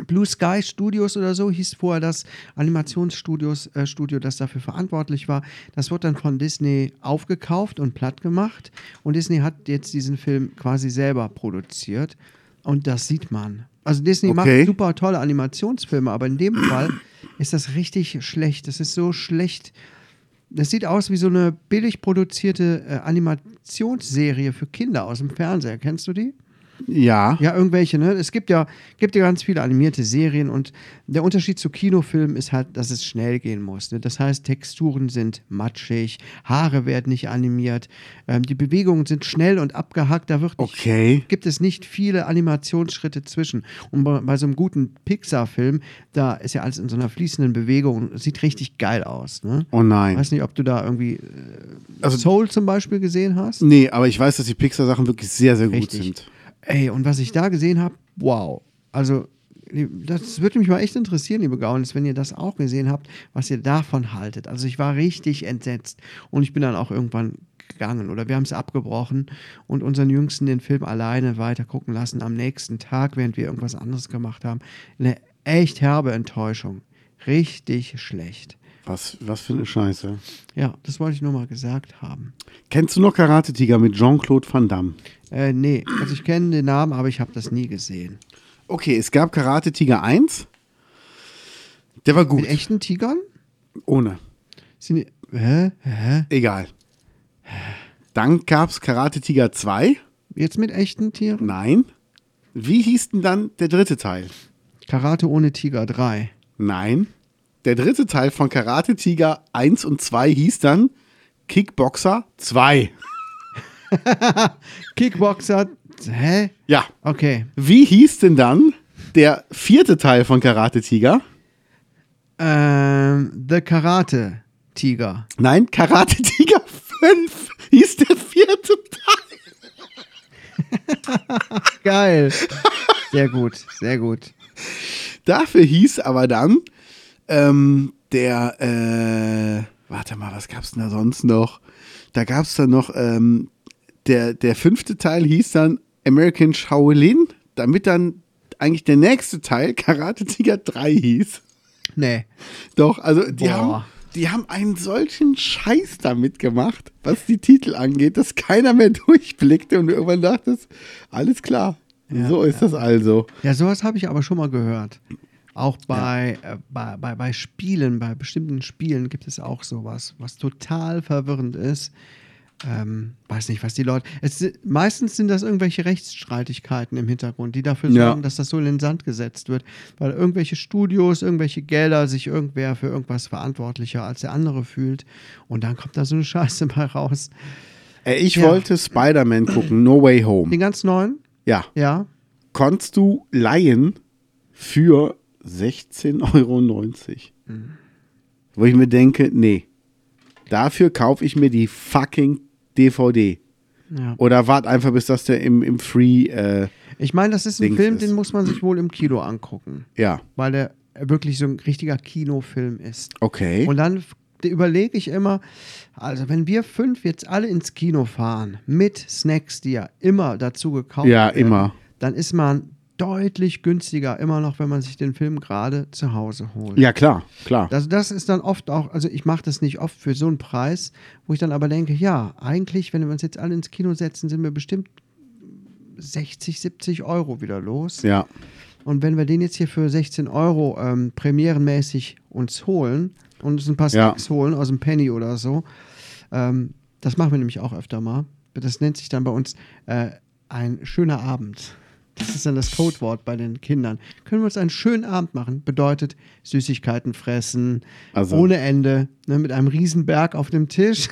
[SPEAKER 2] Blue Sky Studios oder so hieß vorher das Animationsstudios, äh, Studio, das dafür verantwortlich war. Das wurde dann von Disney aufgekauft und platt gemacht. Und Disney hat jetzt diesen Film quasi selber produziert. Und das sieht man. Also Disney
[SPEAKER 3] Okay.
[SPEAKER 2] macht super tolle Animationsfilme, aber in dem Fall ist das richtig schlecht. Das ist so schlecht. Das sieht aus wie so eine billig produzierte äh, Animationsserie für Kinder aus dem Fernseher. Kennst du die?
[SPEAKER 3] Ja.
[SPEAKER 2] Ja, irgendwelche, ne? Es gibt ja, gibt ja ganz viele animierte Serien und der Unterschied zu Kinofilmen ist halt, dass es schnell gehen muss. Ne? Das heißt, Texturen sind matschig, Haare werden nicht animiert, ähm, die Bewegungen sind schnell und abgehackt, da wird nicht
[SPEAKER 3] Okay.
[SPEAKER 2] gibt es nicht viele Animationsschritte zwischen. Und bei, bei so einem guten Pixar-Film, da ist ja alles in so einer fließenden Bewegung und sieht richtig geil aus. Ne?
[SPEAKER 3] Oh nein.
[SPEAKER 2] Weiß nicht, ob du da irgendwie äh,
[SPEAKER 3] Also-
[SPEAKER 2] Soul zum Beispiel gesehen hast.
[SPEAKER 3] Nee, aber ich weiß, dass die Pixar-Sachen wirklich sehr, sehr gut
[SPEAKER 2] Richtig.
[SPEAKER 3] sind.
[SPEAKER 2] Ey, und was ich da gesehen habe, wow. Also, das würde mich mal echt interessieren, liebe Gaunis, wenn ihr das auch gesehen habt, was ihr davon haltet. Also, ich war richtig entsetzt und ich bin dann auch irgendwann gegangen oder wir haben es abgebrochen und unseren Jüngsten den Film alleine weiter gucken lassen am nächsten Tag, während wir irgendwas anderes gemacht haben. Eine echt herbe Enttäuschung. Richtig schlecht.
[SPEAKER 3] Was, was für eine Scheiße.
[SPEAKER 2] Ja, das wollte ich nur mal gesagt haben.
[SPEAKER 3] Kennst du noch Karate-Tiger mit Jean-Claude Van Damme?
[SPEAKER 2] Äh, nee, also ich kenne den Namen, aber ich habe das nie gesehen.
[SPEAKER 3] Okay, es gab Karate-Tiger 1. Der war gut.
[SPEAKER 2] Mit echten Tigern?
[SPEAKER 3] Ohne.
[SPEAKER 2] Sind die, hä? Hä?
[SPEAKER 3] Egal. Dann gab es Karate-Tiger 2.
[SPEAKER 2] Jetzt mit echten Tieren?
[SPEAKER 3] Nein. Wie hieß denn dann der dritte Teil?
[SPEAKER 2] Karate ohne Tiger 3.
[SPEAKER 3] Nein. Der dritte Teil von Karate Tiger 1 und 2 hieß dann Kickboxer 2.
[SPEAKER 2] Kickboxer. Hä?
[SPEAKER 3] Ja.
[SPEAKER 2] Okay.
[SPEAKER 3] Wie hieß denn dann der vierte Teil von Karate Tiger?
[SPEAKER 2] Ähm, The Karate Tiger.
[SPEAKER 3] Nein, Karate Tiger 5 hieß der vierte Teil.
[SPEAKER 2] Geil. Sehr gut, sehr gut.
[SPEAKER 3] Dafür hieß aber dann ähm, der, äh, warte mal, was gab's denn da sonst noch? Da gab's dann noch, ähm, der, der fünfte Teil hieß dann American Shaolin, damit dann eigentlich der nächste Teil Karate Tiger 3 hieß.
[SPEAKER 2] Nee.
[SPEAKER 3] Doch, also die
[SPEAKER 2] Boah.
[SPEAKER 3] haben, die haben einen solchen Scheiß damit gemacht, was die Titel angeht, dass keiner mehr durchblickte und du irgendwann dachtest, alles klar, so ist das also.
[SPEAKER 2] Ja, sowas habe ich aber schon mal gehört. Auch bei, äh, bei, bei, bei Spielen, bei bestimmten Spielen gibt es auch sowas, was total verwirrend ist. Ähm, weiß nicht, was die Leute. Es, si- meistens sind das irgendwelche Rechtsstreitigkeiten im Hintergrund, die dafür
[SPEAKER 3] Ja.
[SPEAKER 2] sorgen, dass das so in den Sand gesetzt wird, weil irgendwelche Studios, irgendwelche Gelder sich irgendwer für irgendwas verantwortlicher als der andere fühlt. Und dann kommt da so eine Scheiße bei raus.
[SPEAKER 3] Äh, Ich
[SPEAKER 2] Ja.
[SPEAKER 3] wollte Spider-Man gucken, No Way Home.
[SPEAKER 2] Den ganz neuen,
[SPEAKER 3] Ja.
[SPEAKER 2] ja,
[SPEAKER 3] konntest du leihen für 16,90 Euro.
[SPEAKER 2] Mhm.
[SPEAKER 3] Wo ich mir denke, nee, dafür kaufe ich mir die fucking DVD.
[SPEAKER 2] ja.
[SPEAKER 3] Oder wart einfach, bis das der im, im Free, äh,
[SPEAKER 2] Ich meine, das ist ein
[SPEAKER 3] Dings
[SPEAKER 2] Film,
[SPEAKER 3] ist.
[SPEAKER 2] den muss man sich wohl im Kino angucken.
[SPEAKER 3] ja,
[SPEAKER 2] weil der wirklich so ein richtiger Kinofilm ist.
[SPEAKER 3] okay.
[SPEAKER 2] Und dann f- überlege ich immer, also wenn wir fünf jetzt alle ins Kino fahren mit Snacks, die ja immer dazu gekauft
[SPEAKER 3] Ja,
[SPEAKER 2] werden,
[SPEAKER 3] immer.
[SPEAKER 2] dann ist man deutlich günstiger immer noch, wenn man sich den Film gerade zu Hause holt.
[SPEAKER 3] ja, klar, klar.
[SPEAKER 2] Also das ist dann oft auch, also ich mache das nicht oft für so einen Preis, wo ich dann aber denke, ja, eigentlich, wenn wir uns jetzt alle ins Kino setzen, sind wir bestimmt 60, 70 Euro wieder los.
[SPEAKER 3] ja,
[SPEAKER 2] Und wenn wir den jetzt hier für 16 Euro ähm, premierenmäßig uns holen und uns ein paar
[SPEAKER 3] Ja.
[SPEAKER 2] Snacks holen aus dem Penny oder so, ähm, das machen wir nämlich auch öfter mal. Das nennt sich dann bei uns äh, ein schöner Abend. Das ist dann das Codewort bei den Kindern. Können wir uns einen schönen Abend machen? Bedeutet Süßigkeiten fressen,
[SPEAKER 3] Also-
[SPEAKER 2] ohne Ende, ne, mit einem Riesenberg auf dem Tisch.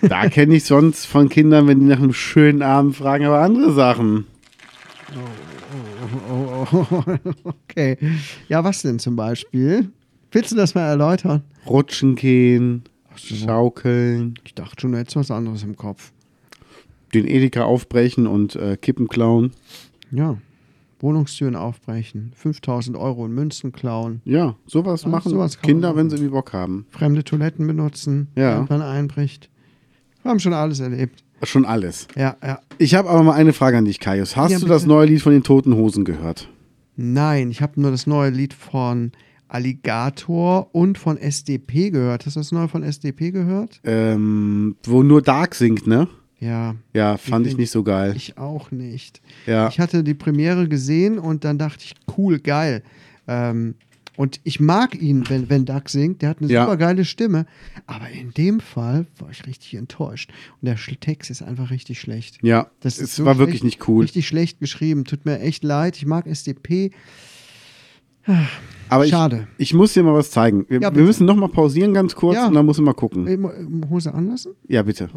[SPEAKER 3] Da kenne ich sonst von Kindern, wenn die nach einem schönen Abend fragen, aber andere Sachen. Oh,
[SPEAKER 2] okay. Ja, was denn zum Beispiel? Willst du das mal erläutern?
[SPEAKER 3] Rutschen gehen, schaukeln,
[SPEAKER 2] Ich dachte schon, du hättest was anderes im Kopf.
[SPEAKER 3] den Edeka aufbrechen und äh, Kippen klauen.
[SPEAKER 2] Ja. Wohnungstüren aufbrechen, 5000 Euro in Münzen klauen,
[SPEAKER 3] Ja, sowas
[SPEAKER 2] Ja,
[SPEAKER 3] machen
[SPEAKER 2] sowas kann man
[SPEAKER 3] Kinder,
[SPEAKER 2] machen.
[SPEAKER 3] wenn sie irgendwie Bock haben.
[SPEAKER 2] fremde Toiletten benutzen,
[SPEAKER 3] Ja.
[SPEAKER 2] wenn man einbricht. Wir haben schon alles erlebt.
[SPEAKER 3] Schon alles.
[SPEAKER 2] Ja, ja.
[SPEAKER 3] Ich habe aber mal eine Frage an dich, Kaius. Hast
[SPEAKER 2] Ja,
[SPEAKER 3] du das
[SPEAKER 2] bitte.
[SPEAKER 3] neue Lied von den Toten Hosen gehört?
[SPEAKER 2] Nein, ich habe nur das neue Lied von Alligator und von SDP gehört. Hast du das neue von SDP gehört?
[SPEAKER 3] Ähm, wo nur Dark singt, ne?
[SPEAKER 2] Ja,
[SPEAKER 3] Ja, fand ich nicht so geil.
[SPEAKER 2] Hm. ich auch nicht.
[SPEAKER 3] Ja.
[SPEAKER 2] Ich hatte die Premiere gesehen und dann dachte ich, cool, geil. Ähm, und ich mag ihn, wenn, wenn Doug singt. Der hat eine
[SPEAKER 3] Ja.
[SPEAKER 2] super geile Stimme. Aber in dem Fall war ich richtig enttäuscht. Und der Sch- Text ist einfach richtig schlecht.
[SPEAKER 3] Ja,
[SPEAKER 2] Das
[SPEAKER 3] es
[SPEAKER 2] ist so
[SPEAKER 3] war
[SPEAKER 2] schlecht,
[SPEAKER 3] wirklich nicht cool.
[SPEAKER 2] Richtig schlecht geschrieben. Tut mir echt leid. Ich mag SDP.
[SPEAKER 3] Aber
[SPEAKER 2] Schade.
[SPEAKER 3] Ich, ich muss dir mal was zeigen. Wir,
[SPEAKER 2] Ja,
[SPEAKER 3] wir
[SPEAKER 2] bitte.
[SPEAKER 3] müssen noch mal pausieren ganz kurz
[SPEAKER 2] Ja. Ah.
[SPEAKER 3] und dann muss ich mal gucken.
[SPEAKER 2] Ähm, ähm, Hose anlassen?
[SPEAKER 3] Ja, bitte.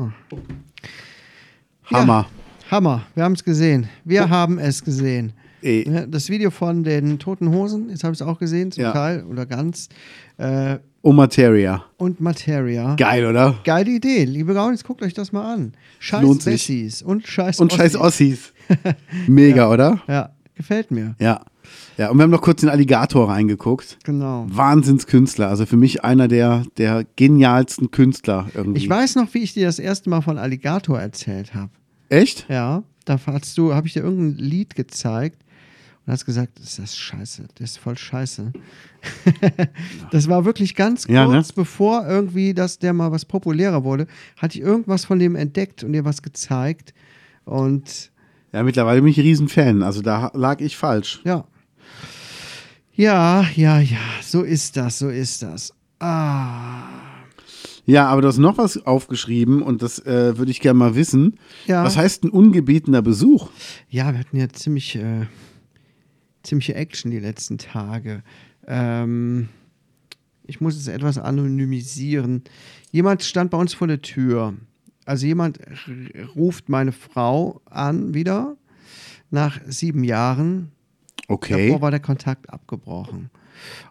[SPEAKER 3] Hammer.
[SPEAKER 2] Hammer. Wir haben es gesehen. Wir haben es gesehen.
[SPEAKER 3] Oh. Ey.
[SPEAKER 2] Ja, Das Video von den Toten Hosen, jetzt habe ich es auch gesehen, zum
[SPEAKER 3] Ja.
[SPEAKER 2] Teil oder ganz. Äh,
[SPEAKER 3] Omateria.
[SPEAKER 2] und Materia.
[SPEAKER 3] Geil, oder?
[SPEAKER 2] Geile Idee, liebe Gaunis, guckt euch das mal an. Scheiß
[SPEAKER 3] Lohnt sich.
[SPEAKER 2] Bessies und scheiß
[SPEAKER 3] Und scheiß
[SPEAKER 2] Ossis.
[SPEAKER 3] Ossis. Mega, oder?
[SPEAKER 2] Ja, gefällt mir.
[SPEAKER 3] Ja. Ja, und wir haben noch kurz den Alligator reingeguckt.
[SPEAKER 2] Genau.
[SPEAKER 3] Wahnsinnskünstler. Also für mich einer der, der genialsten Künstler irgendwie.
[SPEAKER 2] Ich weiß noch, wie ich dir das erste Mal von Alligator erzählt habe.
[SPEAKER 3] Echt?
[SPEAKER 2] Ja, da hast du, habe ich dir irgendein Lied gezeigt und hast gesagt, ist das scheiße, das ist voll scheiße. das war wirklich ganz kurz,
[SPEAKER 3] Ja, ne?
[SPEAKER 2] bevor irgendwie, dass der mal was populärer wurde, hatte ich irgendwas von dem entdeckt und dir was gezeigt und
[SPEAKER 3] Ja, mittlerweile bin ich ein Riesenfan. Also da lag ich falsch.
[SPEAKER 2] Ja. Ja, ja, ja, so ist das, so ist das. Ah.
[SPEAKER 3] Ja, aber du hast noch was aufgeschrieben und das äh, würde ich gerne mal wissen.
[SPEAKER 2] Ja.
[SPEAKER 3] Was heißt ein ungebetener Besuch?
[SPEAKER 2] Ja, wir hatten ja ziemlich, äh, ziemliche Action die letzten Tage. Ähm, ich muss es etwas anonymisieren. Jemand stand bei uns vor der Tür. Also jemand r- ruft meine Frau an wieder nach sieben Jahren.
[SPEAKER 3] Okay.
[SPEAKER 2] Davor war der Kontakt abgebrochen.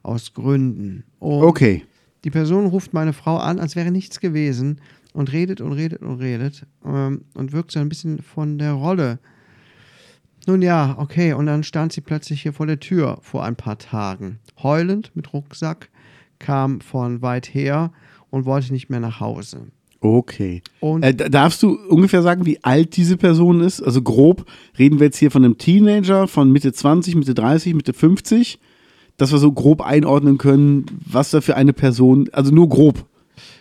[SPEAKER 2] Aus Gründen. Und
[SPEAKER 3] Okay.
[SPEAKER 2] Die Person ruft meine Frau an, als wäre nichts gewesen und redet und redet und redet ähm, und wirkt so ein bisschen von der Rolle. Nun ja, okay, und dann stand sie plötzlich hier vor der Tür vor ein paar Tagen. Heulend mit Rucksack, kam von weit her und wollte nicht mehr nach Hause.
[SPEAKER 3] Okay.
[SPEAKER 2] Und-
[SPEAKER 3] äh, da- darfst du ungefähr sagen, wie alt diese Person ist? Also grob reden wir jetzt hier von einem Teenager von Mitte 20, Mitte 30, Mitte 50, dass wir so grob einordnen können, was da für eine Person, also nur grob.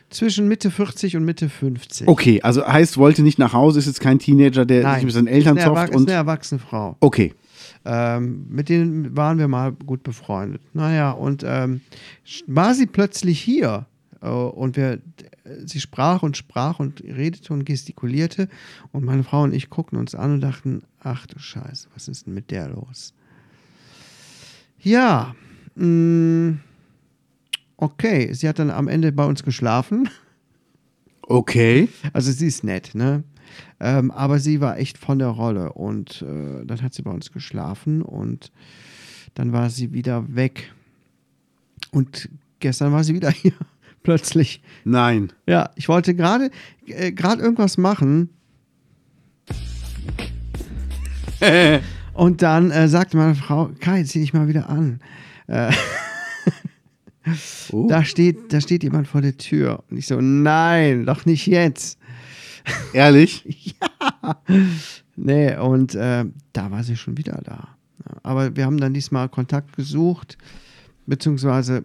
[SPEAKER 2] Zwischen Mitte 40 und Mitte 50.
[SPEAKER 3] Okay, also heißt, wollte nicht nach Hause, ist jetzt kein Teenager, der
[SPEAKER 2] Nein,
[SPEAKER 3] sich mit seinen
[SPEAKER 2] ist
[SPEAKER 3] Eltern
[SPEAKER 2] eine, Erwach-
[SPEAKER 3] zofft
[SPEAKER 2] ist
[SPEAKER 3] und.
[SPEAKER 2] eine erwachsene Frau.
[SPEAKER 3] Okay.
[SPEAKER 2] Ähm, mit denen waren wir mal gut befreundet. Naja, und ähm, sch- war sie plötzlich hier äh, und wir, äh, sie sprach und sprach und redete und gestikulierte und meine Frau und ich guckten uns an und dachten, ach du Scheiße, was ist denn mit der los? Ja, mh, okay, sie hat dann am Ende bei uns geschlafen.
[SPEAKER 3] Okay.
[SPEAKER 2] Also sie ist nett, ne? Ähm, aber sie war echt von der Rolle und äh, dann hat sie bei uns geschlafen und dann war sie wieder weg. Und gestern war sie wieder hier, plötzlich.
[SPEAKER 3] Nein.
[SPEAKER 2] Ja, ich wollte gerade äh, gerade irgendwas machen. Und dann äh, sagte meine Frau, Kai, zieh dich mal wieder an. Äh,
[SPEAKER 3] Oh.
[SPEAKER 2] Da steht, da steht jemand vor der Tür. Und ich so, nein, doch nicht jetzt.
[SPEAKER 3] Ehrlich?
[SPEAKER 2] Nee, und äh, da war sie schon wieder da. Ja, Aber wir haben dann diesmal Kontakt gesucht, beziehungsweise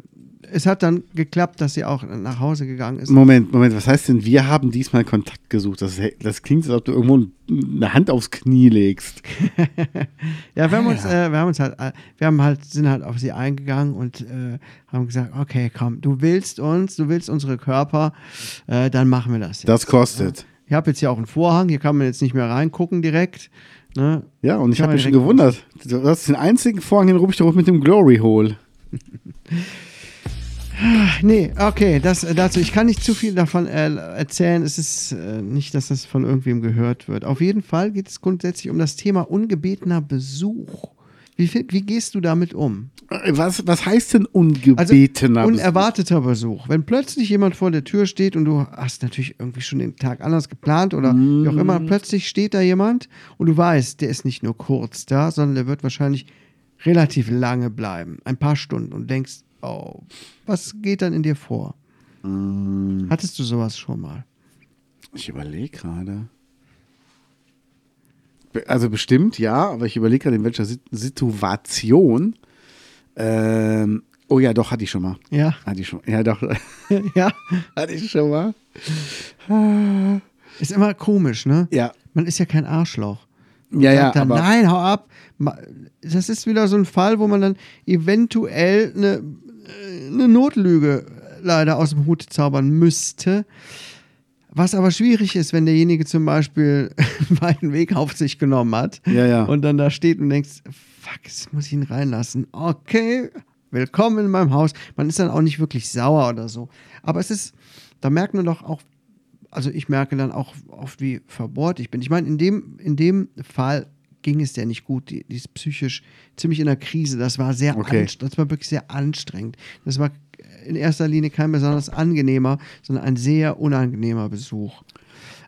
[SPEAKER 2] es hat dann geklappt, dass sie auch nach Hause gegangen ist.
[SPEAKER 3] Moment, Moment, was heißt denn, wir haben diesmal Kontakt gesucht? Das, das klingt, als ob du irgendwo eine Hand aufs Knie legst.
[SPEAKER 2] Ja, wir haben uns, äh, wir haben uns halt, äh, wir haben halt, sind halt auf sie eingegangen und äh, haben gesagt, okay, komm, du willst uns, du willst unsere Körper, äh, dann machen wir das jetzt.
[SPEAKER 3] Das kostet.
[SPEAKER 2] Ich habe jetzt hier auch einen Vorhang, hier kann man jetzt nicht mehr reingucken direkt. Ne?
[SPEAKER 3] Ja, und ich
[SPEAKER 2] Kann
[SPEAKER 3] habe
[SPEAKER 2] man
[SPEAKER 3] mich schon
[SPEAKER 2] direkt
[SPEAKER 3] gewundert. Du hast den einzigen Vorhang, den Rubik mit dem Glory Hole.
[SPEAKER 2] Nee, okay, das äh, dazu. Ich kann nicht zu viel davon äh, erzählen. Es ist äh, nicht, dass das von irgendwem gehört wird. Auf jeden Fall geht es grundsätzlich um das Thema ungebetener Besuch. Wie, viel- wie gehst du damit um?
[SPEAKER 3] Äh, Was, was heißt denn ungebetener? Besuch?
[SPEAKER 2] Also unerwarteter Besuch. Wenn plötzlich jemand vor der Tür steht und du hast natürlich irgendwie schon den Tag anders geplant oder wie auch
[SPEAKER 3] Mhm.
[SPEAKER 2] immer, plötzlich steht da jemand und du weißt, der ist nicht nur kurz da, sondern der wird wahrscheinlich relativ lange bleiben, ein paar Stunden und denkst, oh, was geht dann in dir vor?
[SPEAKER 3] Mhm.
[SPEAKER 2] Hattest du sowas schon mal?
[SPEAKER 3] Ich überlege gerade. Be- Also bestimmt ja, aber ich überlege gerade in welcher Sit- Situation. Ähm, oh ja, doch, hatte ich schon mal.
[SPEAKER 2] Ja,
[SPEAKER 3] Hatte ich schon Ja, doch,
[SPEAKER 2] ja.
[SPEAKER 3] hatte ich schon mal.
[SPEAKER 2] Ist immer komisch, ne?
[SPEAKER 3] Ja.
[SPEAKER 2] Man ist ja kein Arschloch.
[SPEAKER 3] Ja, ja,
[SPEAKER 2] sagt dann,
[SPEAKER 3] aber-
[SPEAKER 2] nein, hau ab. Ma- Das ist wieder so ein Fall, wo man dann eventuell eine, eine Notlüge leider aus dem Hut zaubern müsste. Was aber schwierig ist, wenn derjenige zum Beispiel einen weiten Weg auf sich genommen hat
[SPEAKER 3] Ja, ja.
[SPEAKER 2] und dann da steht und denkst, fuck, jetzt muss ich ihn reinlassen. Okay, willkommen in meinem Haus. Man ist dann auch nicht wirklich sauer oder so. Aber es ist, da merkt man doch auch, also ich merke dann auch oft, wie verbohrt ich bin. Ich meine, in dem, in dem Fall ging es der nicht gut. Die, die ist psychisch ziemlich in der Krise. Das war sehr
[SPEAKER 3] Okay.
[SPEAKER 2] anstrengend. Das war wirklich sehr anstrengend. Das war in erster Linie kein besonders angenehmer, sondern ein sehr unangenehmer Besuch.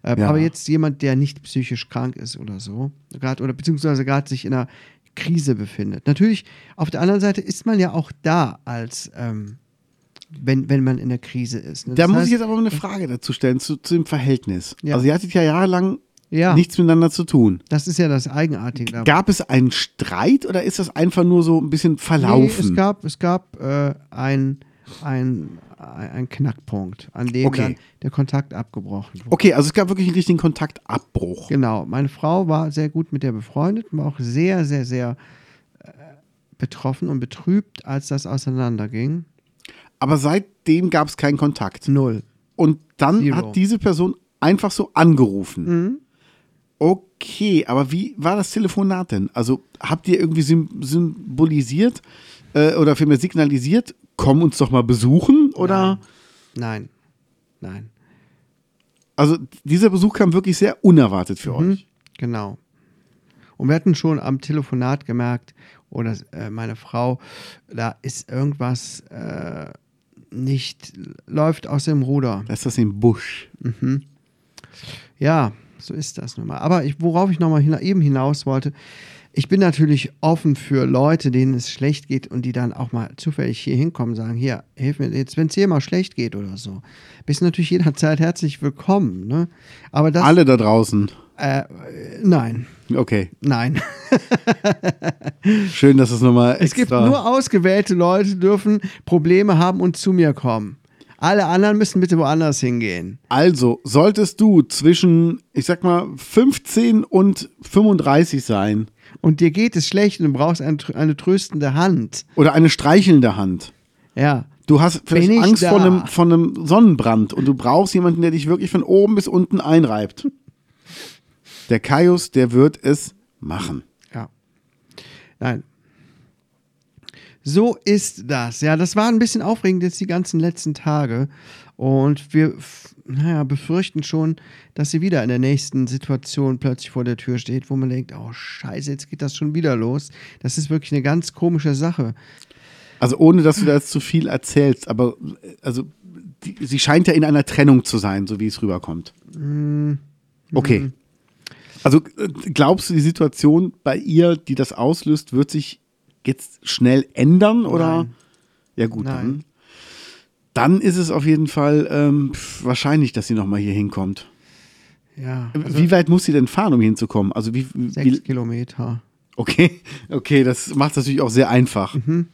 [SPEAKER 2] Äh,
[SPEAKER 3] Ja.
[SPEAKER 2] Aber jetzt jemand, der nicht psychisch krank ist oder so, gerade oder beziehungsweise gerade sich in einer Krise befindet. Natürlich, auf der anderen Seite ist man ja auch da als ähm, wenn, wenn man in der Krise ist. ne?
[SPEAKER 3] Da
[SPEAKER 2] Das
[SPEAKER 3] muss
[SPEAKER 2] heißt-
[SPEAKER 3] ich jetzt aber mal eine Frage dazu stellen, zu, zu dem Verhältnis.
[SPEAKER 2] Ja.
[SPEAKER 3] Also ihr hattet ja jahrelang
[SPEAKER 2] Ja.
[SPEAKER 3] nichts miteinander zu tun.
[SPEAKER 2] Das ist ja das Eigenartige daran.
[SPEAKER 3] Gab es einen Streit oder ist das einfach nur so ein bisschen verlaufen?
[SPEAKER 2] Nee, es gab, es gab äh, ein, ein, ein Knackpunkt, an dem
[SPEAKER 3] Okay.
[SPEAKER 2] dann der Kontakt abgebrochen wurde.
[SPEAKER 3] okay, also es gab wirklich einen richtigen Kontaktabbruch.
[SPEAKER 2] Genau, meine Frau war sehr gut mit der befreundet und war auch sehr, sehr, sehr äh, betroffen und betrübt, als das auseinanderging.
[SPEAKER 3] Aber seitdem gab es keinen Kontakt.
[SPEAKER 2] Null.
[SPEAKER 3] Und dann
[SPEAKER 2] Hm. Zero. Hm.
[SPEAKER 3] hat diese Person einfach so angerufen. Okay, aber wie war das Telefonat denn? Also habt ihr irgendwie sym symbolisiert äh, oder vielmehr signalisiert, komm uns doch mal besuchen? Oder?
[SPEAKER 2] Nein. Nein.
[SPEAKER 3] Also dieser Besuch kam wirklich sehr unerwartet für euch.
[SPEAKER 2] Genau. Und wir hatten schon am Telefonat gemerkt, oder äh, meine Frau, da ist irgendwas äh, nicht, läuft aus dem Ruder.
[SPEAKER 3] Da ist das im Busch.
[SPEAKER 2] Ja, so ist das nun mal. Aber ich, worauf ich nochmal hina eben hinaus wollte, ich bin natürlich offen für Leute, denen es schlecht geht und die dann auch mal zufällig hier hinkommen, sagen, hier, hilf mir jetzt, wenn es dir mal schlecht geht oder so. Bist natürlich jederzeit herzlich willkommen. Ne? Aber das,
[SPEAKER 3] Alle da draußen.
[SPEAKER 2] äh, nein,
[SPEAKER 3] Okay,
[SPEAKER 2] nein.
[SPEAKER 3] schön, dass es nochmal extra...
[SPEAKER 2] Es gibt nur ausgewählte Leute, dürfen Probleme haben und zu mir kommen. Alle anderen müssen bitte woanders hingehen.
[SPEAKER 3] Also, solltest du zwischen, ich sag mal, 15 und 35 sein
[SPEAKER 2] Und dir geht es schlecht und du brauchst eine, tr- eine tröstende Hand.
[SPEAKER 3] oder eine streichelnde Hand,
[SPEAKER 2] Ja.
[SPEAKER 3] Du hast
[SPEAKER 2] Bin
[SPEAKER 3] vielleicht
[SPEAKER 2] ich
[SPEAKER 3] Angst
[SPEAKER 2] da?
[SPEAKER 3] vor einem, vor einem Sonnenbrand und du brauchst jemanden, der dich wirklich von oben bis unten einreibt. Der Kaius, der wird es machen.
[SPEAKER 2] Ja. Nein. So ist das. Ja, das war ein bisschen aufregend jetzt die ganzen letzten Tage. Und wir, f- naja, befürchten schon, dass sie wieder in der nächsten Situation plötzlich vor der Tür steht, wo man denkt, oh scheiße, jetzt geht das schon wieder los. Das ist wirklich eine ganz komische Sache.
[SPEAKER 3] Also ohne, dass du da jetzt zu viel erzählst, aber äh, also die, sie scheint ja in einer Trennung zu sein, so wie es rüberkommt.
[SPEAKER 2] Mm.
[SPEAKER 3] Okay. Also äh, glaubst du, die Situation bei ihr, die das auslöst, wird sich jetzt schnell ändern oder? Ja gut,
[SPEAKER 2] Nein.
[SPEAKER 3] dann. Dann ist es auf jeden Fall ähm, pf, wahrscheinlich, dass sie nochmal hier hinkommt.
[SPEAKER 2] Ja.
[SPEAKER 3] wie weit muss sie denn fahren, um hinzukommen? Also wie, wie
[SPEAKER 2] Also Sechs Kilometer.
[SPEAKER 3] Okay, okay, das macht es natürlich auch sehr einfach.
[SPEAKER 2] Mhm.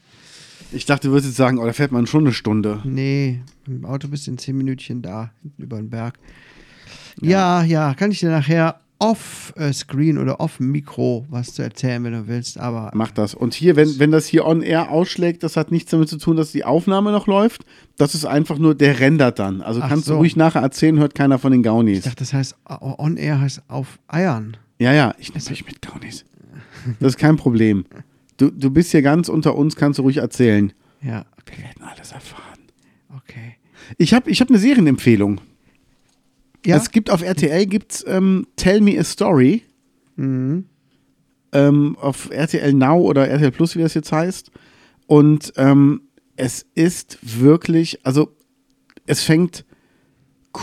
[SPEAKER 3] Ich dachte, du würdest jetzt sagen, oh, da fährt man schon eine Stunde.
[SPEAKER 2] Nee, im Auto bist du in zehn Minütchen da, hinten über den Berg. Ja, ja, kann ich dir nachher off-screen oder off-Mikro was zu erzählen, wenn du willst, aber
[SPEAKER 3] Mach das. Und hier, wenn, wenn das hier on air ausschlägt, das hat nichts damit zu tun, dass die Aufnahme noch läuft. Das ist einfach nur, der rendert dann. Also
[SPEAKER 2] Ach
[SPEAKER 3] kannst du
[SPEAKER 2] so.
[SPEAKER 3] ruhig nachher erzählen, hört keiner von den
[SPEAKER 2] ich
[SPEAKER 3] Gaunis.
[SPEAKER 2] dachte, das heißt, on-air heißt auf Eiern.
[SPEAKER 3] Ja, ja, ich
[SPEAKER 2] also
[SPEAKER 3] nehme dich mit, Gaunis. Das ist kein Problem. Du, du bist hier ganz unter uns, kannst du ruhig erzählen.
[SPEAKER 2] Ja,
[SPEAKER 3] Wir werden alles erfahren.
[SPEAKER 2] okay.
[SPEAKER 3] Ich habe ich hab eine Serienempfehlung.
[SPEAKER 2] Ja,
[SPEAKER 3] Es gibt auf RTL gibt's ähm, Tell Me a Story. Ähm, auf RTL Now oder RTL Plus, wie das jetzt heißt. Und ähm, es ist wirklich, also es fängt